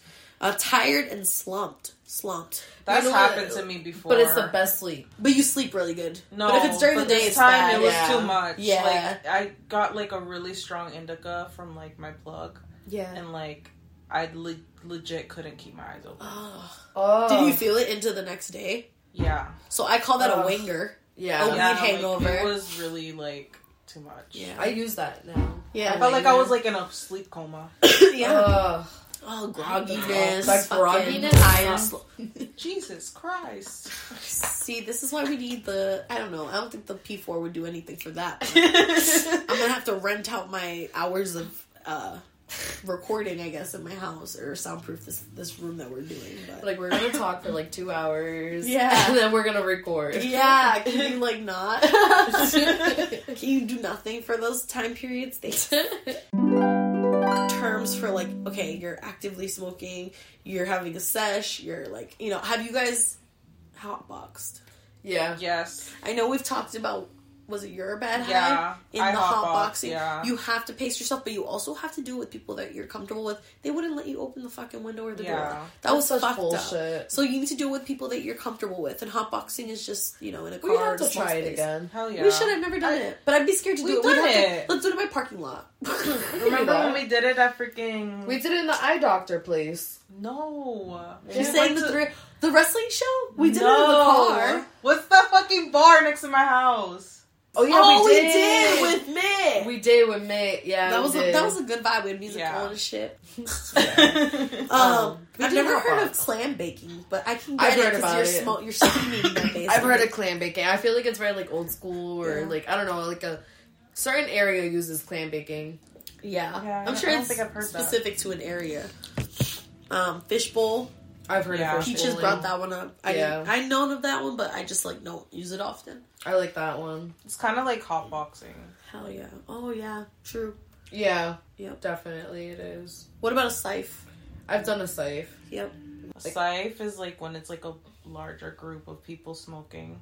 [SPEAKER 1] uh, tired and slumped, slumped.
[SPEAKER 2] That's
[SPEAKER 1] You know what?
[SPEAKER 2] happened to me before.
[SPEAKER 3] but it's the best sleep.
[SPEAKER 1] But you sleep really good.
[SPEAKER 2] No,
[SPEAKER 1] but if it's during
[SPEAKER 2] but
[SPEAKER 1] the day,
[SPEAKER 2] this
[SPEAKER 1] it's
[SPEAKER 2] time
[SPEAKER 1] bad.
[SPEAKER 2] it was
[SPEAKER 3] Yeah.
[SPEAKER 2] too much.
[SPEAKER 1] Yeah.
[SPEAKER 2] like I got like a really strong indica from like my plug,
[SPEAKER 3] Yeah.
[SPEAKER 2] and like I le- legit couldn't keep my eyes open.
[SPEAKER 1] Ugh.
[SPEAKER 3] Oh.
[SPEAKER 1] Did you feel it into the next day?
[SPEAKER 2] Yeah,
[SPEAKER 1] So I call that a
[SPEAKER 3] Ugh.
[SPEAKER 1] winger.
[SPEAKER 3] Yeah.
[SPEAKER 1] Oh, weed
[SPEAKER 2] yeah, like,
[SPEAKER 1] hangover.
[SPEAKER 2] it was really like too much.
[SPEAKER 3] I use that now.
[SPEAKER 1] yeah.
[SPEAKER 2] I felt like I was like in a sleep coma.
[SPEAKER 1] yeah.
[SPEAKER 3] Ugh.
[SPEAKER 1] oh, grogginess.
[SPEAKER 3] Like
[SPEAKER 1] fucking
[SPEAKER 3] grogginess?
[SPEAKER 1] tired,
[SPEAKER 3] Huh.
[SPEAKER 1] sl-
[SPEAKER 2] Jesus Christ!
[SPEAKER 1] See, this is why we need the. I don't know. I don't think the P4 would do anything for that. but
[SPEAKER 2] yeah,
[SPEAKER 1] I'm gonna have to rent out my hours of uh, recording, I guess, in my house or soundproof this this room that we're doing. But
[SPEAKER 3] like we're gonna talk for like two hours.
[SPEAKER 1] Yeah.
[SPEAKER 3] And then we're gonna record.
[SPEAKER 1] yeah, can you like not? can you do nothing for those time periods? Thanks. terms for like okay you're actively smoking you're having a sesh you're like you know have you guys hotboxed
[SPEAKER 3] yeah.
[SPEAKER 2] yes,
[SPEAKER 1] i know we've talked about was it your bad high
[SPEAKER 2] yeah.
[SPEAKER 1] in
[SPEAKER 2] I
[SPEAKER 1] the
[SPEAKER 2] hot
[SPEAKER 1] hot
[SPEAKER 2] box,
[SPEAKER 1] boxing
[SPEAKER 2] Yeah,
[SPEAKER 1] you have to pace yourself but you also have to do it with people that you're comfortable with they wouldn't let you open the fucking window or the door
[SPEAKER 2] yeah.
[SPEAKER 1] that was
[SPEAKER 3] That's
[SPEAKER 1] fucked
[SPEAKER 3] such
[SPEAKER 1] up
[SPEAKER 3] bullshit.
[SPEAKER 1] so you need to do it with people that you're comfortable with and hotboxing is just you know in a car
[SPEAKER 3] We have
[SPEAKER 1] in
[SPEAKER 3] to
[SPEAKER 1] a small
[SPEAKER 3] try it
[SPEAKER 1] space.
[SPEAKER 3] again.
[SPEAKER 2] Hell yeah.
[SPEAKER 1] we should have never done it but i'd be scared to do
[SPEAKER 2] We've
[SPEAKER 1] it We'd
[SPEAKER 2] done
[SPEAKER 1] have to-
[SPEAKER 2] it.
[SPEAKER 1] let's do it in my parking lot
[SPEAKER 2] Remember
[SPEAKER 3] that.
[SPEAKER 2] when we did it at freaking?
[SPEAKER 3] We did it in the eye doctor place.
[SPEAKER 2] no.
[SPEAKER 1] You
[SPEAKER 2] We
[SPEAKER 1] sang
[SPEAKER 2] went
[SPEAKER 1] the
[SPEAKER 2] to-
[SPEAKER 1] three, the wrestling show? We did it in the
[SPEAKER 2] No.
[SPEAKER 1] car.
[SPEAKER 2] What's that fucking bar next to my house?
[SPEAKER 3] Oh yeah,
[SPEAKER 1] oh,
[SPEAKER 3] we did.
[SPEAKER 1] we did with Mitt.
[SPEAKER 3] We did with Mitt. Yeah,
[SPEAKER 1] that
[SPEAKER 3] we
[SPEAKER 1] was a,
[SPEAKER 3] did.
[SPEAKER 1] that was a good vibe. We had music
[SPEAKER 2] Yeah.
[SPEAKER 1] on and shit. Um,
[SPEAKER 3] Um, we
[SPEAKER 1] I've
[SPEAKER 3] did
[SPEAKER 1] never
[SPEAKER 3] hot
[SPEAKER 1] heard of
[SPEAKER 3] box.
[SPEAKER 1] clam baking, but I can
[SPEAKER 3] I've
[SPEAKER 1] get it
[SPEAKER 3] heard
[SPEAKER 1] because
[SPEAKER 3] about
[SPEAKER 1] you're
[SPEAKER 3] it.
[SPEAKER 1] small. You're steaming that basically.
[SPEAKER 3] I've heard of clam baking. I feel like it's very like old school or
[SPEAKER 1] Yeah.
[SPEAKER 3] like I don't know, like a certain area uses clam baking.
[SPEAKER 1] Yeah,
[SPEAKER 2] Yeah, I
[SPEAKER 1] I'm
[SPEAKER 2] don't-
[SPEAKER 1] sure
[SPEAKER 2] I don't
[SPEAKER 1] it's
[SPEAKER 2] think I've heard that.
[SPEAKER 1] specific to an area. Um, fishbowl.
[SPEAKER 3] I've heard
[SPEAKER 2] Yeah.
[SPEAKER 3] of fish
[SPEAKER 1] Peaches
[SPEAKER 3] bowling.
[SPEAKER 1] brought that one up. I
[SPEAKER 3] Yeah.
[SPEAKER 1] I known of that one, but I just like don't use it often.
[SPEAKER 3] I like that one.
[SPEAKER 2] It's kind of like hot boxing.
[SPEAKER 1] Hell yeah! Oh yeah, true.
[SPEAKER 3] Yeah,
[SPEAKER 1] Yep.
[SPEAKER 3] definitely it is.
[SPEAKER 1] What about a scythe?
[SPEAKER 3] I've done a scythe.
[SPEAKER 1] Yep.
[SPEAKER 2] A Scythe is like when it's like a larger group of people smoking.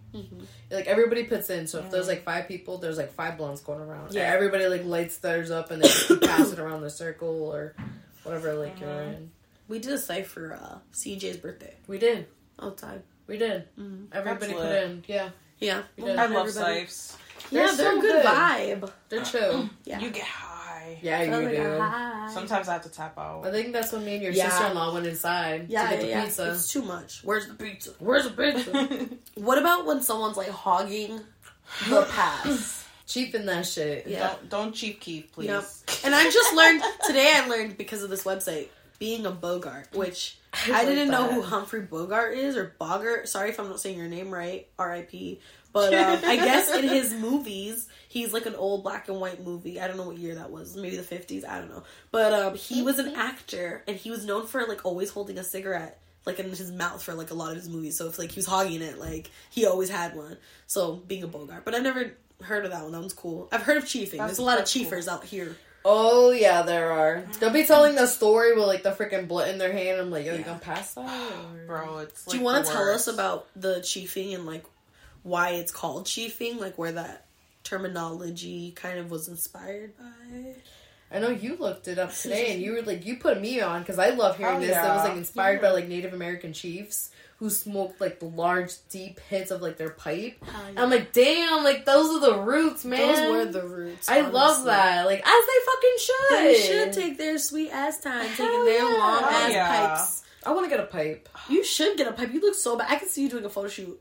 [SPEAKER 3] Like everybody puts in, so if there's like five people, there's like five blunts going around.
[SPEAKER 1] Yeah.
[SPEAKER 3] Yeah, everybody like lights theirs up and then pass it around the circle or whatever like you're
[SPEAKER 1] Uh-huh.
[SPEAKER 3] in.
[SPEAKER 1] We did a scythe for uh, CJ's birthday.
[SPEAKER 3] We did.
[SPEAKER 1] outside.
[SPEAKER 3] We did.
[SPEAKER 1] Mm-hmm.
[SPEAKER 3] Everybody
[SPEAKER 2] That's
[SPEAKER 3] put
[SPEAKER 2] lit.
[SPEAKER 3] in. Yeah,
[SPEAKER 1] Yeah,
[SPEAKER 3] We did.
[SPEAKER 2] I love
[SPEAKER 1] Everybody-
[SPEAKER 2] scythes.
[SPEAKER 1] Yeah,
[SPEAKER 3] They're
[SPEAKER 1] they're
[SPEAKER 3] so
[SPEAKER 1] good
[SPEAKER 3] good.
[SPEAKER 1] vibe.
[SPEAKER 3] they're chill.
[SPEAKER 1] Yeah,
[SPEAKER 2] You get high.
[SPEAKER 3] yeah, you do.
[SPEAKER 2] Sometimes I have to tap
[SPEAKER 3] I
[SPEAKER 2] out.
[SPEAKER 3] think that's when me and your
[SPEAKER 1] Uh-huh. Yeah.
[SPEAKER 3] sister-in-law went inside
[SPEAKER 1] Yeah,
[SPEAKER 3] to get the
[SPEAKER 1] yeah, yeah.
[SPEAKER 3] pizza.
[SPEAKER 1] It's too much. Where's the pizza?
[SPEAKER 3] Where's the pizza?
[SPEAKER 1] What about when someone's like hogging the pass?
[SPEAKER 3] Cheaping that shit.
[SPEAKER 1] Yeah.
[SPEAKER 2] Don't don't cheap keep, please.
[SPEAKER 1] Yep. And I just learned today. I learned because of this website being a bogart, which I didn't know who Humphrey Bogart is or Bogart. Sorry if I'm not saying your name right. R.I.P. But um, I guess in his movies, he's like an old black and white movie. I don't know what year that was. Maybe the 50s. I don't know. But um, he was an actor, and he was known for like always holding a cigarette like in his mouth for like a lot of his movies. So if like he was hogging it, like he always had one. So being a Bogart, but I never heard of that one. That one's cool. I've heard of chiefing. There's a lot of
[SPEAKER 2] that's cool.
[SPEAKER 1] chiefers out here.
[SPEAKER 3] Oh yeah, there are. Don't
[SPEAKER 1] Mm-hmm.
[SPEAKER 3] be telling the story with like the freaking blunt in their hand. I'm like, yo, you gonna pass that? Or...
[SPEAKER 2] Bro, it's like
[SPEAKER 1] Do you want
[SPEAKER 2] the
[SPEAKER 1] to tell us
[SPEAKER 2] worst.
[SPEAKER 1] about the chiefing and like why it's called chiefing, like where that terminology kind of was inspired by?
[SPEAKER 3] I know you looked it up today, and you were like, you put me on because I love hearing
[SPEAKER 2] Oh,
[SPEAKER 3] this.
[SPEAKER 2] yeah.
[SPEAKER 3] That was like inspired
[SPEAKER 1] Mm-hmm.
[SPEAKER 3] by like Native American chiefs who smoked like the large, deep hits of like their pipe. And I'm like, damn, like those are the roots, man.
[SPEAKER 1] Mm-hmm. Um, Those were the roots.
[SPEAKER 3] I love
[SPEAKER 1] honestly.
[SPEAKER 3] that. Like, as they fucking
[SPEAKER 1] They
[SPEAKER 3] should.
[SPEAKER 1] should take their sweet ass time taking
[SPEAKER 3] Hell
[SPEAKER 1] their
[SPEAKER 3] yeah.
[SPEAKER 1] long
[SPEAKER 2] Hell
[SPEAKER 1] ass
[SPEAKER 2] yeah.
[SPEAKER 1] pipes.
[SPEAKER 3] I want to get a pipe.
[SPEAKER 1] You should get a pipe. You look so bad. I can see you doing a photo shoot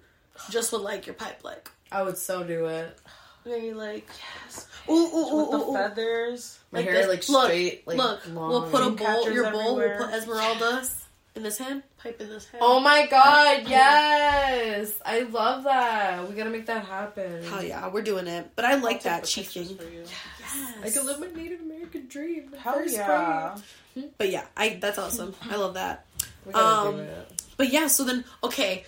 [SPEAKER 1] just with like your pipe, like
[SPEAKER 3] I would so do it.
[SPEAKER 2] Very like yes.
[SPEAKER 1] Ooh, ooh,
[SPEAKER 2] with
[SPEAKER 1] ooh,
[SPEAKER 2] the
[SPEAKER 1] ooh, ooh.
[SPEAKER 2] feathers.
[SPEAKER 3] My
[SPEAKER 1] Like
[SPEAKER 3] hair
[SPEAKER 1] this.
[SPEAKER 3] like
[SPEAKER 1] Look,
[SPEAKER 3] straight, like
[SPEAKER 1] Look,
[SPEAKER 3] long.
[SPEAKER 1] we'll put a bowl,
[SPEAKER 2] Dreamcatchers
[SPEAKER 1] your bowl,
[SPEAKER 2] everywhere.
[SPEAKER 1] we'll put Esmeralda in this hand, pipe in this hand.
[SPEAKER 3] Oh my god, yes! I love that. We gotta make that happen.
[SPEAKER 1] Hell yeah, we're doing it. But I like
[SPEAKER 2] I'll take
[SPEAKER 1] that
[SPEAKER 2] the
[SPEAKER 1] cheeking.
[SPEAKER 2] pictures for you.
[SPEAKER 3] I could live my Native American dream. in
[SPEAKER 2] Hell
[SPEAKER 3] first
[SPEAKER 2] yeah.
[SPEAKER 3] grade.
[SPEAKER 1] But yeah, I that's awesome.
[SPEAKER 3] Mm-hmm.
[SPEAKER 1] I love that.
[SPEAKER 3] We gotta
[SPEAKER 1] Um,
[SPEAKER 3] do it.
[SPEAKER 1] But yeah, so then okay,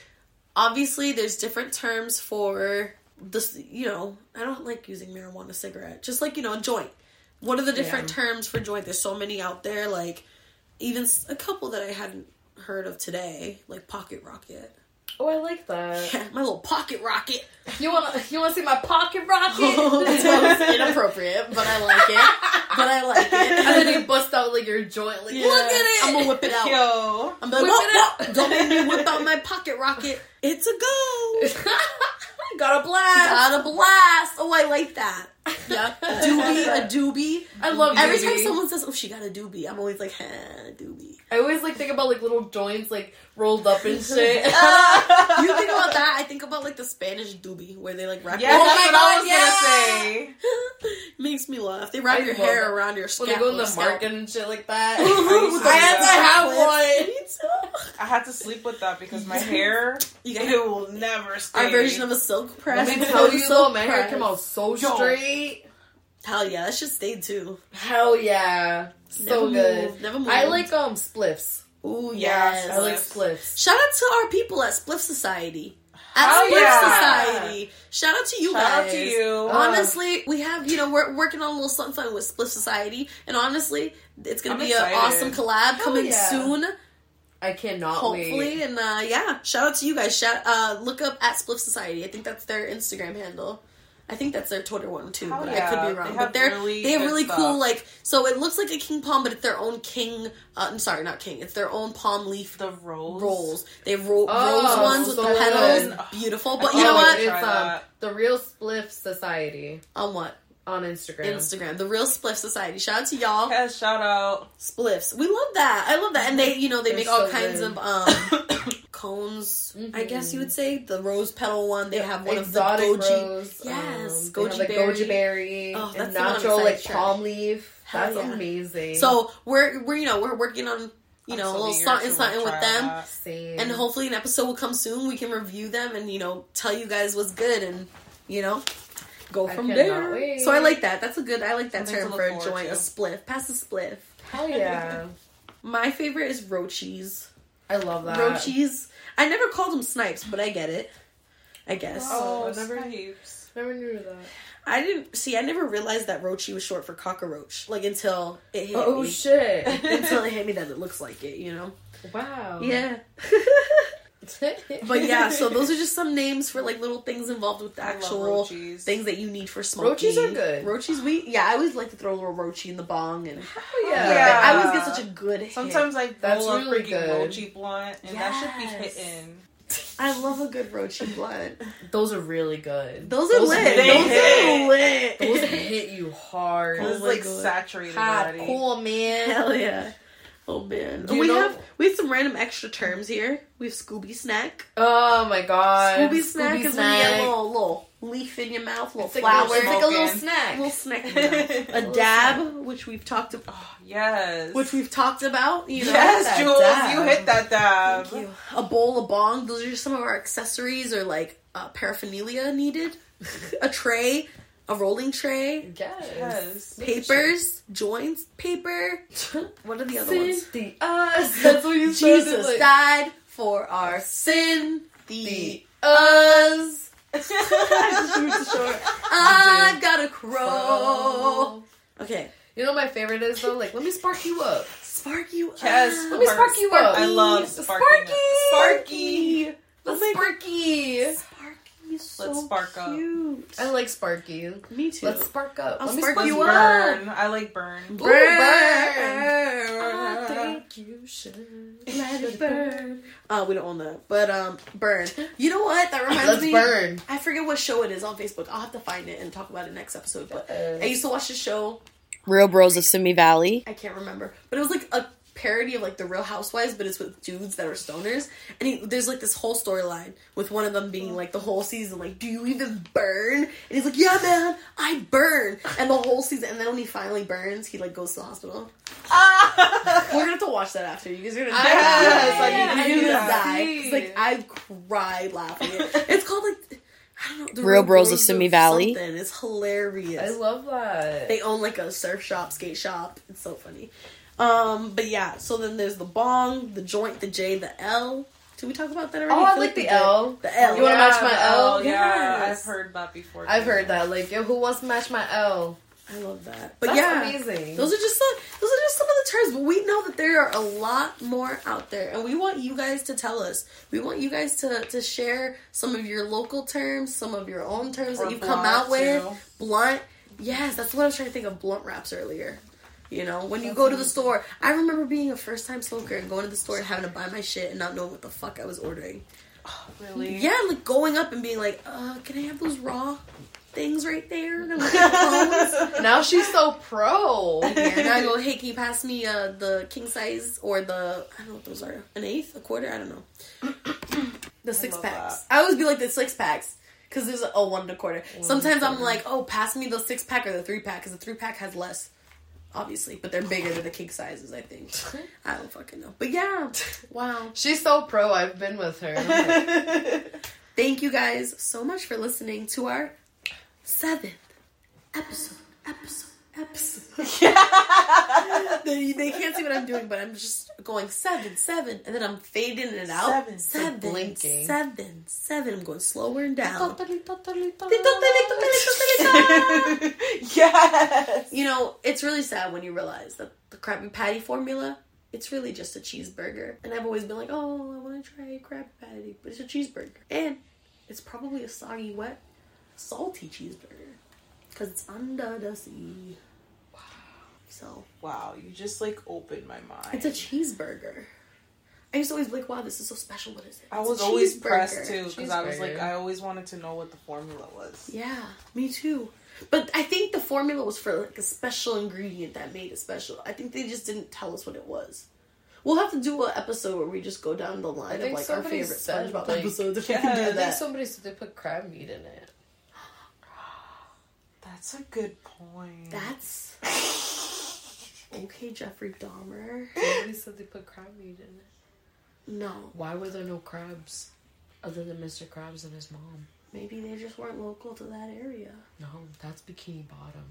[SPEAKER 1] obviously there's different terms for this. You know, I don't like using marijuana cigarette. Just like you know, joint. What are the different
[SPEAKER 3] Yeah.
[SPEAKER 1] terms for joint? There's so many out there. Like even s- a couple that I hadn't heard of today, like pocket rocket.
[SPEAKER 3] Oh, I like that.
[SPEAKER 1] my little pocket rocket.
[SPEAKER 3] You wanna you wanna see my pocket
[SPEAKER 1] That's what I
[SPEAKER 3] rocket?
[SPEAKER 1] was inappropriate, but I like it. But I like it.
[SPEAKER 3] and then you bust out like your joint, like look at it.
[SPEAKER 1] I'm gonna whip it out.
[SPEAKER 2] Yo.
[SPEAKER 1] I'm like,
[SPEAKER 3] Whip
[SPEAKER 1] whoa,
[SPEAKER 3] it
[SPEAKER 1] whoa,
[SPEAKER 3] out.
[SPEAKER 1] don't make me whip out my pocket rocket. It's a go.
[SPEAKER 3] Got a blast.
[SPEAKER 1] Got a blast. Oh, I like that. Yeah, a doobie, a doobie.
[SPEAKER 3] I love
[SPEAKER 1] Every time
[SPEAKER 3] doobie.
[SPEAKER 1] someone says, "Oh, she got a doobie," I'm always like, "Huh, doobie."
[SPEAKER 3] I always like think about like little joints like rolled up and shit.
[SPEAKER 1] Ah, you think about that? I Oh think about like the Spanish doobie where they like wrap.
[SPEAKER 2] Yeah,
[SPEAKER 1] Your-
[SPEAKER 2] that's
[SPEAKER 3] my
[SPEAKER 2] what
[SPEAKER 3] God,
[SPEAKER 2] I was gonna say.
[SPEAKER 1] Makes me laugh. They wrap
[SPEAKER 3] I
[SPEAKER 1] your
[SPEAKER 3] love
[SPEAKER 1] hair
[SPEAKER 3] that.
[SPEAKER 1] around your
[SPEAKER 3] when
[SPEAKER 1] scalp.
[SPEAKER 3] they go in the
[SPEAKER 1] like, scalp.
[SPEAKER 3] market and shit like that.
[SPEAKER 2] to
[SPEAKER 1] I
[SPEAKER 3] I
[SPEAKER 1] have to have one.
[SPEAKER 2] I had to sleep with that because my hair
[SPEAKER 1] You got
[SPEAKER 2] it will never stay.
[SPEAKER 1] our version of a silk press.
[SPEAKER 3] Let me
[SPEAKER 1] It's
[SPEAKER 3] tell
[SPEAKER 1] a
[SPEAKER 3] you
[SPEAKER 1] silk
[SPEAKER 3] though, my hair
[SPEAKER 1] press.
[SPEAKER 3] came out so
[SPEAKER 2] Yo.
[SPEAKER 3] straight.
[SPEAKER 1] Hell yeah, that should stay too.
[SPEAKER 3] Hell yeah, so
[SPEAKER 1] Never
[SPEAKER 3] good.
[SPEAKER 1] moved, never moved.
[SPEAKER 3] I like um spliffs.
[SPEAKER 1] Ooh
[SPEAKER 2] Yeah,
[SPEAKER 1] yes.
[SPEAKER 3] I like
[SPEAKER 2] Spliffs.
[SPEAKER 3] spliffs.
[SPEAKER 1] Shout out to our people at Spliff Society. At
[SPEAKER 2] Hell
[SPEAKER 1] Spliff
[SPEAKER 2] yeah.
[SPEAKER 1] Society. Shout out to you
[SPEAKER 2] Shout
[SPEAKER 1] guys.
[SPEAKER 2] out to you.
[SPEAKER 1] oh, Honestly, we have you know we're working on a little something fun with Spliff Society, and honestly, it's gonna
[SPEAKER 2] I'm
[SPEAKER 1] be
[SPEAKER 2] excited.
[SPEAKER 1] an awesome collab
[SPEAKER 3] Hell
[SPEAKER 1] coming
[SPEAKER 3] yeah.
[SPEAKER 1] soon,
[SPEAKER 3] I cannot wait.
[SPEAKER 1] hopefully. And uh, yeah, shout out to you guys. Shout uh, look up at Spliff Society. I think that's their Instagram handle. I think that's their Twitter one too,
[SPEAKER 2] Hell
[SPEAKER 1] but I
[SPEAKER 2] yeah.
[SPEAKER 1] could be
[SPEAKER 2] They
[SPEAKER 1] wrong.
[SPEAKER 2] have
[SPEAKER 1] but they're
[SPEAKER 2] really
[SPEAKER 1] they have
[SPEAKER 2] good
[SPEAKER 1] really
[SPEAKER 2] stuff.
[SPEAKER 1] cool like so it looks like a king palm, but it's their own king. Uh, I'm sorry, not king. It's their own palm leaf
[SPEAKER 2] the rolls.
[SPEAKER 1] rolls. They ro-
[SPEAKER 3] Oh,
[SPEAKER 1] rose ones with
[SPEAKER 3] so
[SPEAKER 1] the petals.
[SPEAKER 3] good.
[SPEAKER 1] Beautiful. But
[SPEAKER 2] I
[SPEAKER 1] you know
[SPEAKER 2] can't Oh, wait
[SPEAKER 1] what?
[SPEAKER 2] to try
[SPEAKER 3] It's um,
[SPEAKER 2] that.
[SPEAKER 3] the Real Spliff Society
[SPEAKER 1] On what?
[SPEAKER 3] on Instagram.
[SPEAKER 1] Instagram. The Real Spliff Society. Shout out to y'all.
[SPEAKER 2] Yes, shout out.
[SPEAKER 1] Spliffs. We love that. I love that. And they, you know, they
[SPEAKER 3] They're
[SPEAKER 1] make all
[SPEAKER 3] so
[SPEAKER 1] kinds
[SPEAKER 3] good. Mm-hmm.
[SPEAKER 1] of um cones, I guess you would say. The rose petal one. They have one
[SPEAKER 3] Exotic
[SPEAKER 1] of the goji.
[SPEAKER 3] rose. um,
[SPEAKER 1] Yes,
[SPEAKER 3] they have,
[SPEAKER 1] goji
[SPEAKER 3] like,
[SPEAKER 1] berry.
[SPEAKER 3] goji berry
[SPEAKER 1] Oh, that's
[SPEAKER 3] and
[SPEAKER 1] the one I'm
[SPEAKER 3] natural
[SPEAKER 1] excited
[SPEAKER 3] like
[SPEAKER 1] to try.
[SPEAKER 3] palm leaf.
[SPEAKER 1] Hell
[SPEAKER 3] That's
[SPEAKER 1] yeah.
[SPEAKER 3] amazing.
[SPEAKER 1] So we're we're you know, we're working on you
[SPEAKER 2] I'm
[SPEAKER 1] know,
[SPEAKER 2] so
[SPEAKER 1] a little
[SPEAKER 2] eager
[SPEAKER 1] something
[SPEAKER 2] to
[SPEAKER 1] something with
[SPEAKER 2] try
[SPEAKER 1] them.
[SPEAKER 3] uh,
[SPEAKER 2] that.
[SPEAKER 3] Same.
[SPEAKER 1] And hopefully an episode will come soon. We can review them and you know, tell you guys what's good and you know, go
[SPEAKER 3] I
[SPEAKER 1] from
[SPEAKER 3] cannot
[SPEAKER 1] there.
[SPEAKER 3] wait.
[SPEAKER 1] So I like that. That's a good I like that
[SPEAKER 2] Something to
[SPEAKER 1] term
[SPEAKER 2] look
[SPEAKER 1] for a
[SPEAKER 2] forward
[SPEAKER 1] joint,
[SPEAKER 2] to.
[SPEAKER 1] a spliff. Pass a spliff.
[SPEAKER 3] hell yeah,
[SPEAKER 1] My favorite is Roachies.
[SPEAKER 3] I love that.
[SPEAKER 1] Roachies. I never called them snipes, but I get it. I guess.
[SPEAKER 2] Oh,
[SPEAKER 3] I've never-
[SPEAKER 2] Snipes.
[SPEAKER 3] Never knew that.
[SPEAKER 1] I didn't see. I never realized that Roachie was short for cockroach. Like until it hit
[SPEAKER 3] Oh
[SPEAKER 1] me.
[SPEAKER 3] shit!
[SPEAKER 1] until it hit me that it looks like it. You know.
[SPEAKER 3] Wow.
[SPEAKER 1] Yeah. but yeah, so those are just some names for like little things involved with the
[SPEAKER 2] I love
[SPEAKER 1] actual
[SPEAKER 2] Roachies.
[SPEAKER 1] things that you need for smoking.
[SPEAKER 3] Roachies are good.
[SPEAKER 1] Roachies, we yeah, I always like to throw a little roachie in the bong and
[SPEAKER 3] Hell
[SPEAKER 2] Yeah.
[SPEAKER 1] I always get such a good hit.
[SPEAKER 2] Sometimes I
[SPEAKER 3] That's
[SPEAKER 2] roll
[SPEAKER 3] really
[SPEAKER 2] a freaking
[SPEAKER 3] good.
[SPEAKER 2] mochi blunt, and that should be
[SPEAKER 1] Yes.
[SPEAKER 2] hitting.
[SPEAKER 1] I love a good roachie blunt.
[SPEAKER 3] Those are really good.
[SPEAKER 1] Those are lit.
[SPEAKER 2] they
[SPEAKER 1] Those
[SPEAKER 2] hit.
[SPEAKER 1] are lit.
[SPEAKER 3] Those hit you hard.
[SPEAKER 1] Oh
[SPEAKER 2] It's
[SPEAKER 1] my
[SPEAKER 2] like
[SPEAKER 1] God.
[SPEAKER 2] saturated
[SPEAKER 3] Hot,
[SPEAKER 2] already.
[SPEAKER 3] cool man.
[SPEAKER 1] Hell yeah. Oh man.
[SPEAKER 3] Do you
[SPEAKER 1] we
[SPEAKER 3] know-
[SPEAKER 1] have we have some random extra terms here. We have Scooby Snack.
[SPEAKER 3] Oh my god.
[SPEAKER 1] Scooby Snack is when you get a
[SPEAKER 3] snack.
[SPEAKER 1] little, little leaf in your mouth, little
[SPEAKER 3] It's like,
[SPEAKER 1] flower.
[SPEAKER 3] a, it's like a little
[SPEAKER 2] Smoking.
[SPEAKER 3] snack.
[SPEAKER 1] little snack. in your mouth.
[SPEAKER 2] oh,
[SPEAKER 1] A dab, which we've talked about
[SPEAKER 2] yes.
[SPEAKER 1] which we've talked about, you know.
[SPEAKER 2] yes,
[SPEAKER 1] that
[SPEAKER 2] Jules,
[SPEAKER 1] dab.
[SPEAKER 2] you hit that dab.
[SPEAKER 1] Thank you. A bowl, a bong, those are just some of our accessories or like uh, paraphernalia needed. a tray, a rolling tray,
[SPEAKER 3] Yes.
[SPEAKER 2] Yes.
[SPEAKER 1] papers, joints, paper. what are the other ones?
[SPEAKER 3] the us. That's what you said.
[SPEAKER 1] Jesus
[SPEAKER 3] Like,
[SPEAKER 1] died for our sin. The
[SPEAKER 3] The us.
[SPEAKER 1] I've got a crow. Okay,
[SPEAKER 3] You know what my favorite is though? Like, let me spark you up.
[SPEAKER 1] spark you
[SPEAKER 2] Yes,
[SPEAKER 1] up.
[SPEAKER 3] Let me spark you up.
[SPEAKER 2] I love
[SPEAKER 3] Sparky.
[SPEAKER 2] sparking. Sparky.
[SPEAKER 3] Let's
[SPEAKER 1] my
[SPEAKER 3] sparky.
[SPEAKER 1] Spark you so
[SPEAKER 2] Let's spark up.
[SPEAKER 1] cute.
[SPEAKER 3] I like sparky.
[SPEAKER 1] Me too.
[SPEAKER 3] Let's spark up.
[SPEAKER 1] I'll
[SPEAKER 3] let me
[SPEAKER 1] spark
[SPEAKER 3] spark,
[SPEAKER 2] Let's
[SPEAKER 1] you
[SPEAKER 3] you up.
[SPEAKER 2] burn. I like burn.
[SPEAKER 3] Ooh, burn.
[SPEAKER 1] Burn.
[SPEAKER 3] you should.
[SPEAKER 1] Let it burn. Uh, we don't own that, but um, burn. You know what? That reminds
[SPEAKER 3] Let's
[SPEAKER 1] me.
[SPEAKER 3] burn.
[SPEAKER 1] I forget what show it is on Facebook. I'll have to find it and talk about it next episode. But I
[SPEAKER 3] Uh,
[SPEAKER 1] used to watch the show.
[SPEAKER 3] Real Bros of Simi Valley.
[SPEAKER 1] I can't remember, but it was like a parody of like the Real Housewives, but it's with dudes that are stoners. And he, there's like this whole storyline with one of them being like the whole season, like, do you even burn? And he's like, yeah, man, I burn. And the whole season, and then when he finally burns, he like goes to the hospital. We're gonna have to watch that after. You guys are gonna die.
[SPEAKER 3] Yes, I
[SPEAKER 1] You're
[SPEAKER 3] need to
[SPEAKER 1] gonna
[SPEAKER 3] see that.
[SPEAKER 1] die. 'Cause, Like I cried laughing. It's called like I don't know. The
[SPEAKER 7] Real Bros of Simi Valley.
[SPEAKER 1] something. It's hilarious.
[SPEAKER 3] I love that.
[SPEAKER 1] They own like a surf shop, skate shop. It's so funny. Um, but yeah, so then there's the bong, the joint, the J, the L. Did we talk about that already?
[SPEAKER 3] Oh, I
[SPEAKER 1] feel
[SPEAKER 3] like the
[SPEAKER 1] we did.
[SPEAKER 3] L.
[SPEAKER 1] The L.
[SPEAKER 3] You wanna match my
[SPEAKER 2] the
[SPEAKER 3] L?
[SPEAKER 2] Yeah,
[SPEAKER 1] Yes.
[SPEAKER 2] I've heard that before.
[SPEAKER 3] I've
[SPEAKER 2] too.
[SPEAKER 3] heard that. Like, yo, who wants to match my L?
[SPEAKER 1] I love that. But
[SPEAKER 3] That's
[SPEAKER 1] yeah,
[SPEAKER 3] amazing.
[SPEAKER 1] Those are just some, those are just some of the terms. But we know that there are a lot more out there, and we want you guys to tell us. We want you guys to to share some of your local terms, some of your own terms
[SPEAKER 2] Or
[SPEAKER 1] that you come
[SPEAKER 2] blunt,
[SPEAKER 1] out with.
[SPEAKER 2] too.
[SPEAKER 1] Blunt. Yes, that's what I was trying to think of. Blunt wraps earlier. You know, when you go to the store, I remember being a first time smoker and going to the store and having to buy my shit and not knowing what the fuck I was ordering.
[SPEAKER 2] Oh, Really?
[SPEAKER 1] Yeah, like going up and being like, uh, can I have those raw things right there? And I'm like, "Bones?"
[SPEAKER 3] Now she's so pro.
[SPEAKER 1] Yeah, and I go, hey, can you pass me uh, the king size or the I don't know what those are, an eighth, a quarter, I don't know. The six packs. I always be like the six packs because there's a oh, one and a quarter. Sometimes I'm like, oh, pass me the six pack or the three pack because the three pack has less, obviously, but they're bigger than the king sizes. I think. I don't fucking know, but yeah, wow.
[SPEAKER 3] She's so pro. I've been with her. I'm like,
[SPEAKER 1] Thank you guys so much for listening to our seventh episode. Episode. Episode. they, they can't see what I'm doing, but I'm just going seven, seven, and then I'm fading it out.
[SPEAKER 2] Seven.
[SPEAKER 1] seven,
[SPEAKER 3] Blinking.
[SPEAKER 1] seven, seven. I'm going slower and down.
[SPEAKER 2] yes.
[SPEAKER 1] you know, it's really sad when you realize that the Krabby Patty formula, it's really just a cheeseburger. And I've always been like, oh, I want to try Krabby Patty, but it's a cheeseburger. And it's probably a soggy, wet, salty cheeseburger because it's under the sea. So
[SPEAKER 2] Wow, you just like opened my mind.
[SPEAKER 1] it's a cheeseburger. I used to always be like, wow, this is so special. What is it?
[SPEAKER 2] I
[SPEAKER 1] It's a
[SPEAKER 2] was always
[SPEAKER 1] cheeseburger.
[SPEAKER 2] pressed too because I was like,
[SPEAKER 3] Cheeseburger.
[SPEAKER 2] I always wanted to know what the formula was.
[SPEAKER 1] Yeah, me too. But I think the formula was for like a special ingredient that made it special. I think they just didn't tell us what it was. We'll have to do an episode where we just go down the line of
[SPEAKER 3] think
[SPEAKER 1] like our
[SPEAKER 3] somebody
[SPEAKER 1] favorite
[SPEAKER 3] said,
[SPEAKER 1] SpongeBob
[SPEAKER 3] like-
[SPEAKER 1] episodes. If
[SPEAKER 2] Yeah,
[SPEAKER 1] we can
[SPEAKER 2] I
[SPEAKER 1] do
[SPEAKER 3] I think
[SPEAKER 1] that,
[SPEAKER 3] somebody said they put crab meat in it.
[SPEAKER 2] That's a good point.
[SPEAKER 1] that's okay. Jeffrey Dahmer.
[SPEAKER 3] Somebody said they put crab meat in it.
[SPEAKER 1] No,
[SPEAKER 3] Why were there no crabs other than Mr. Krabs and his mom?
[SPEAKER 1] maybe they just weren't local to that area.
[SPEAKER 3] No, that's Bikini Bottom.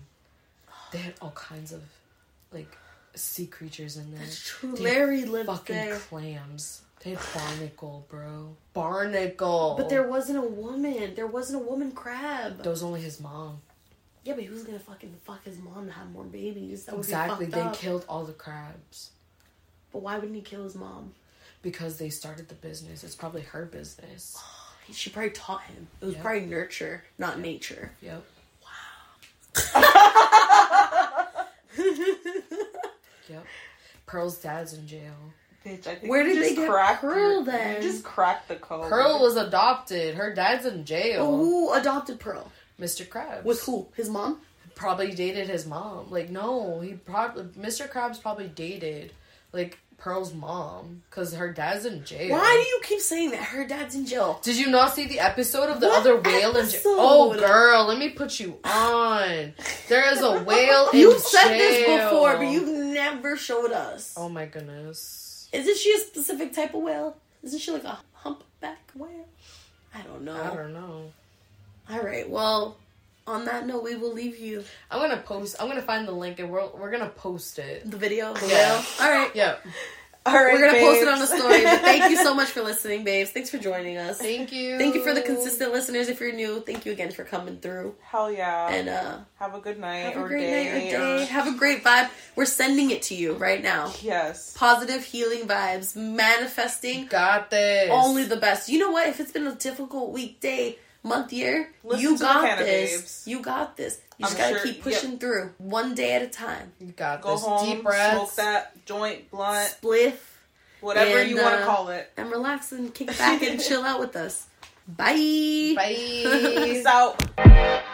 [SPEAKER 3] They had all kinds of like sea creatures in there.
[SPEAKER 1] That's true.
[SPEAKER 3] They had
[SPEAKER 1] Larry lived
[SPEAKER 3] fucking
[SPEAKER 1] there,
[SPEAKER 3] clams. They had barnacle, bro. Barnacle.
[SPEAKER 1] but there wasn't a woman. There wasn't a woman crab.
[SPEAKER 3] That was only his mom.
[SPEAKER 1] Yeah, but he was gonna fucking fuck his mom to have more babies. That would
[SPEAKER 3] Exactly.
[SPEAKER 1] Be
[SPEAKER 3] They
[SPEAKER 1] fucked up.
[SPEAKER 3] killed all the crabs
[SPEAKER 1] But why wouldn't he kill his mom?
[SPEAKER 3] because they started the business. It's probably her business.
[SPEAKER 1] She probably taught him. It was
[SPEAKER 3] Yeah.
[SPEAKER 1] probably nurture, not nature.
[SPEAKER 3] Yep. Yep. Pearl's dad's in jail.
[SPEAKER 2] Bitch, I think
[SPEAKER 1] Where
[SPEAKER 2] you
[SPEAKER 1] did
[SPEAKER 2] just
[SPEAKER 1] they get
[SPEAKER 2] cracked
[SPEAKER 1] Pearl
[SPEAKER 2] your-
[SPEAKER 1] then?
[SPEAKER 2] You just cracked the code.
[SPEAKER 3] Pearl was adopted. Her dad's in jail.
[SPEAKER 1] Oh, who adopted Pearl?
[SPEAKER 3] Mr. Krabs.
[SPEAKER 1] With who? His mom?
[SPEAKER 3] probably dated his mom. Like no, he probably Mr. Krabs probably dated like Pearl's mom because her dad's in jail.
[SPEAKER 1] Why do you keep saying that? Her dad's in jail.
[SPEAKER 3] Did you not see the episode of the
[SPEAKER 1] What
[SPEAKER 3] other whale in jail? Oh,
[SPEAKER 1] episode?
[SPEAKER 3] girl, let me put you on. There is a whale in jail.
[SPEAKER 1] You've said this before, but you've never showed us.
[SPEAKER 3] Oh my goodness.
[SPEAKER 1] Isn't she a specific type of whale? Isn't she like a humpback whale? I don't know.
[SPEAKER 3] I don't know.
[SPEAKER 1] All right, well, on that note, we will leave you
[SPEAKER 3] I'm gonna post. I'm gonna find the link and we're we're gonna post it.
[SPEAKER 1] the video of the
[SPEAKER 3] Yeah.
[SPEAKER 1] whale. All right.
[SPEAKER 3] Yeah.
[SPEAKER 2] All right,
[SPEAKER 1] We're going to post it on the
[SPEAKER 2] babes.
[SPEAKER 1] story. But thank you so much for listening, babes. Thanks for joining us.
[SPEAKER 3] Thank you.
[SPEAKER 1] Thank you for the consistent listeners. If you're new, thank you again for coming through.
[SPEAKER 2] Hell yeah.
[SPEAKER 1] And uh,
[SPEAKER 2] have a good night
[SPEAKER 1] have a
[SPEAKER 2] or
[SPEAKER 1] great
[SPEAKER 2] day.
[SPEAKER 1] night or
[SPEAKER 2] or-
[SPEAKER 1] day. Have a great vibe. We're sending it to you right now.
[SPEAKER 2] Yes.
[SPEAKER 1] Positive healing vibes, manifesting
[SPEAKER 3] Got this.
[SPEAKER 1] only the best. You know what? If it's been a difficult week, day, month, year,
[SPEAKER 2] Listen
[SPEAKER 1] you
[SPEAKER 2] to the
[SPEAKER 1] got
[SPEAKER 2] Canna
[SPEAKER 1] this.
[SPEAKER 2] Babes.
[SPEAKER 1] You got this. You just
[SPEAKER 2] I'm
[SPEAKER 1] gotta
[SPEAKER 2] sure-
[SPEAKER 1] keep pushing through, one day at a time.
[SPEAKER 3] You got
[SPEAKER 2] Go
[SPEAKER 3] this.
[SPEAKER 2] home,
[SPEAKER 3] Deep breaths.
[SPEAKER 2] smoke that joint, blunt,
[SPEAKER 1] Spliff
[SPEAKER 2] whatever
[SPEAKER 1] And,
[SPEAKER 2] you want to
[SPEAKER 1] uh,
[SPEAKER 2] call it.
[SPEAKER 1] and relax and kick back and chill out with us. Bye.
[SPEAKER 3] Bye.
[SPEAKER 2] Peace out.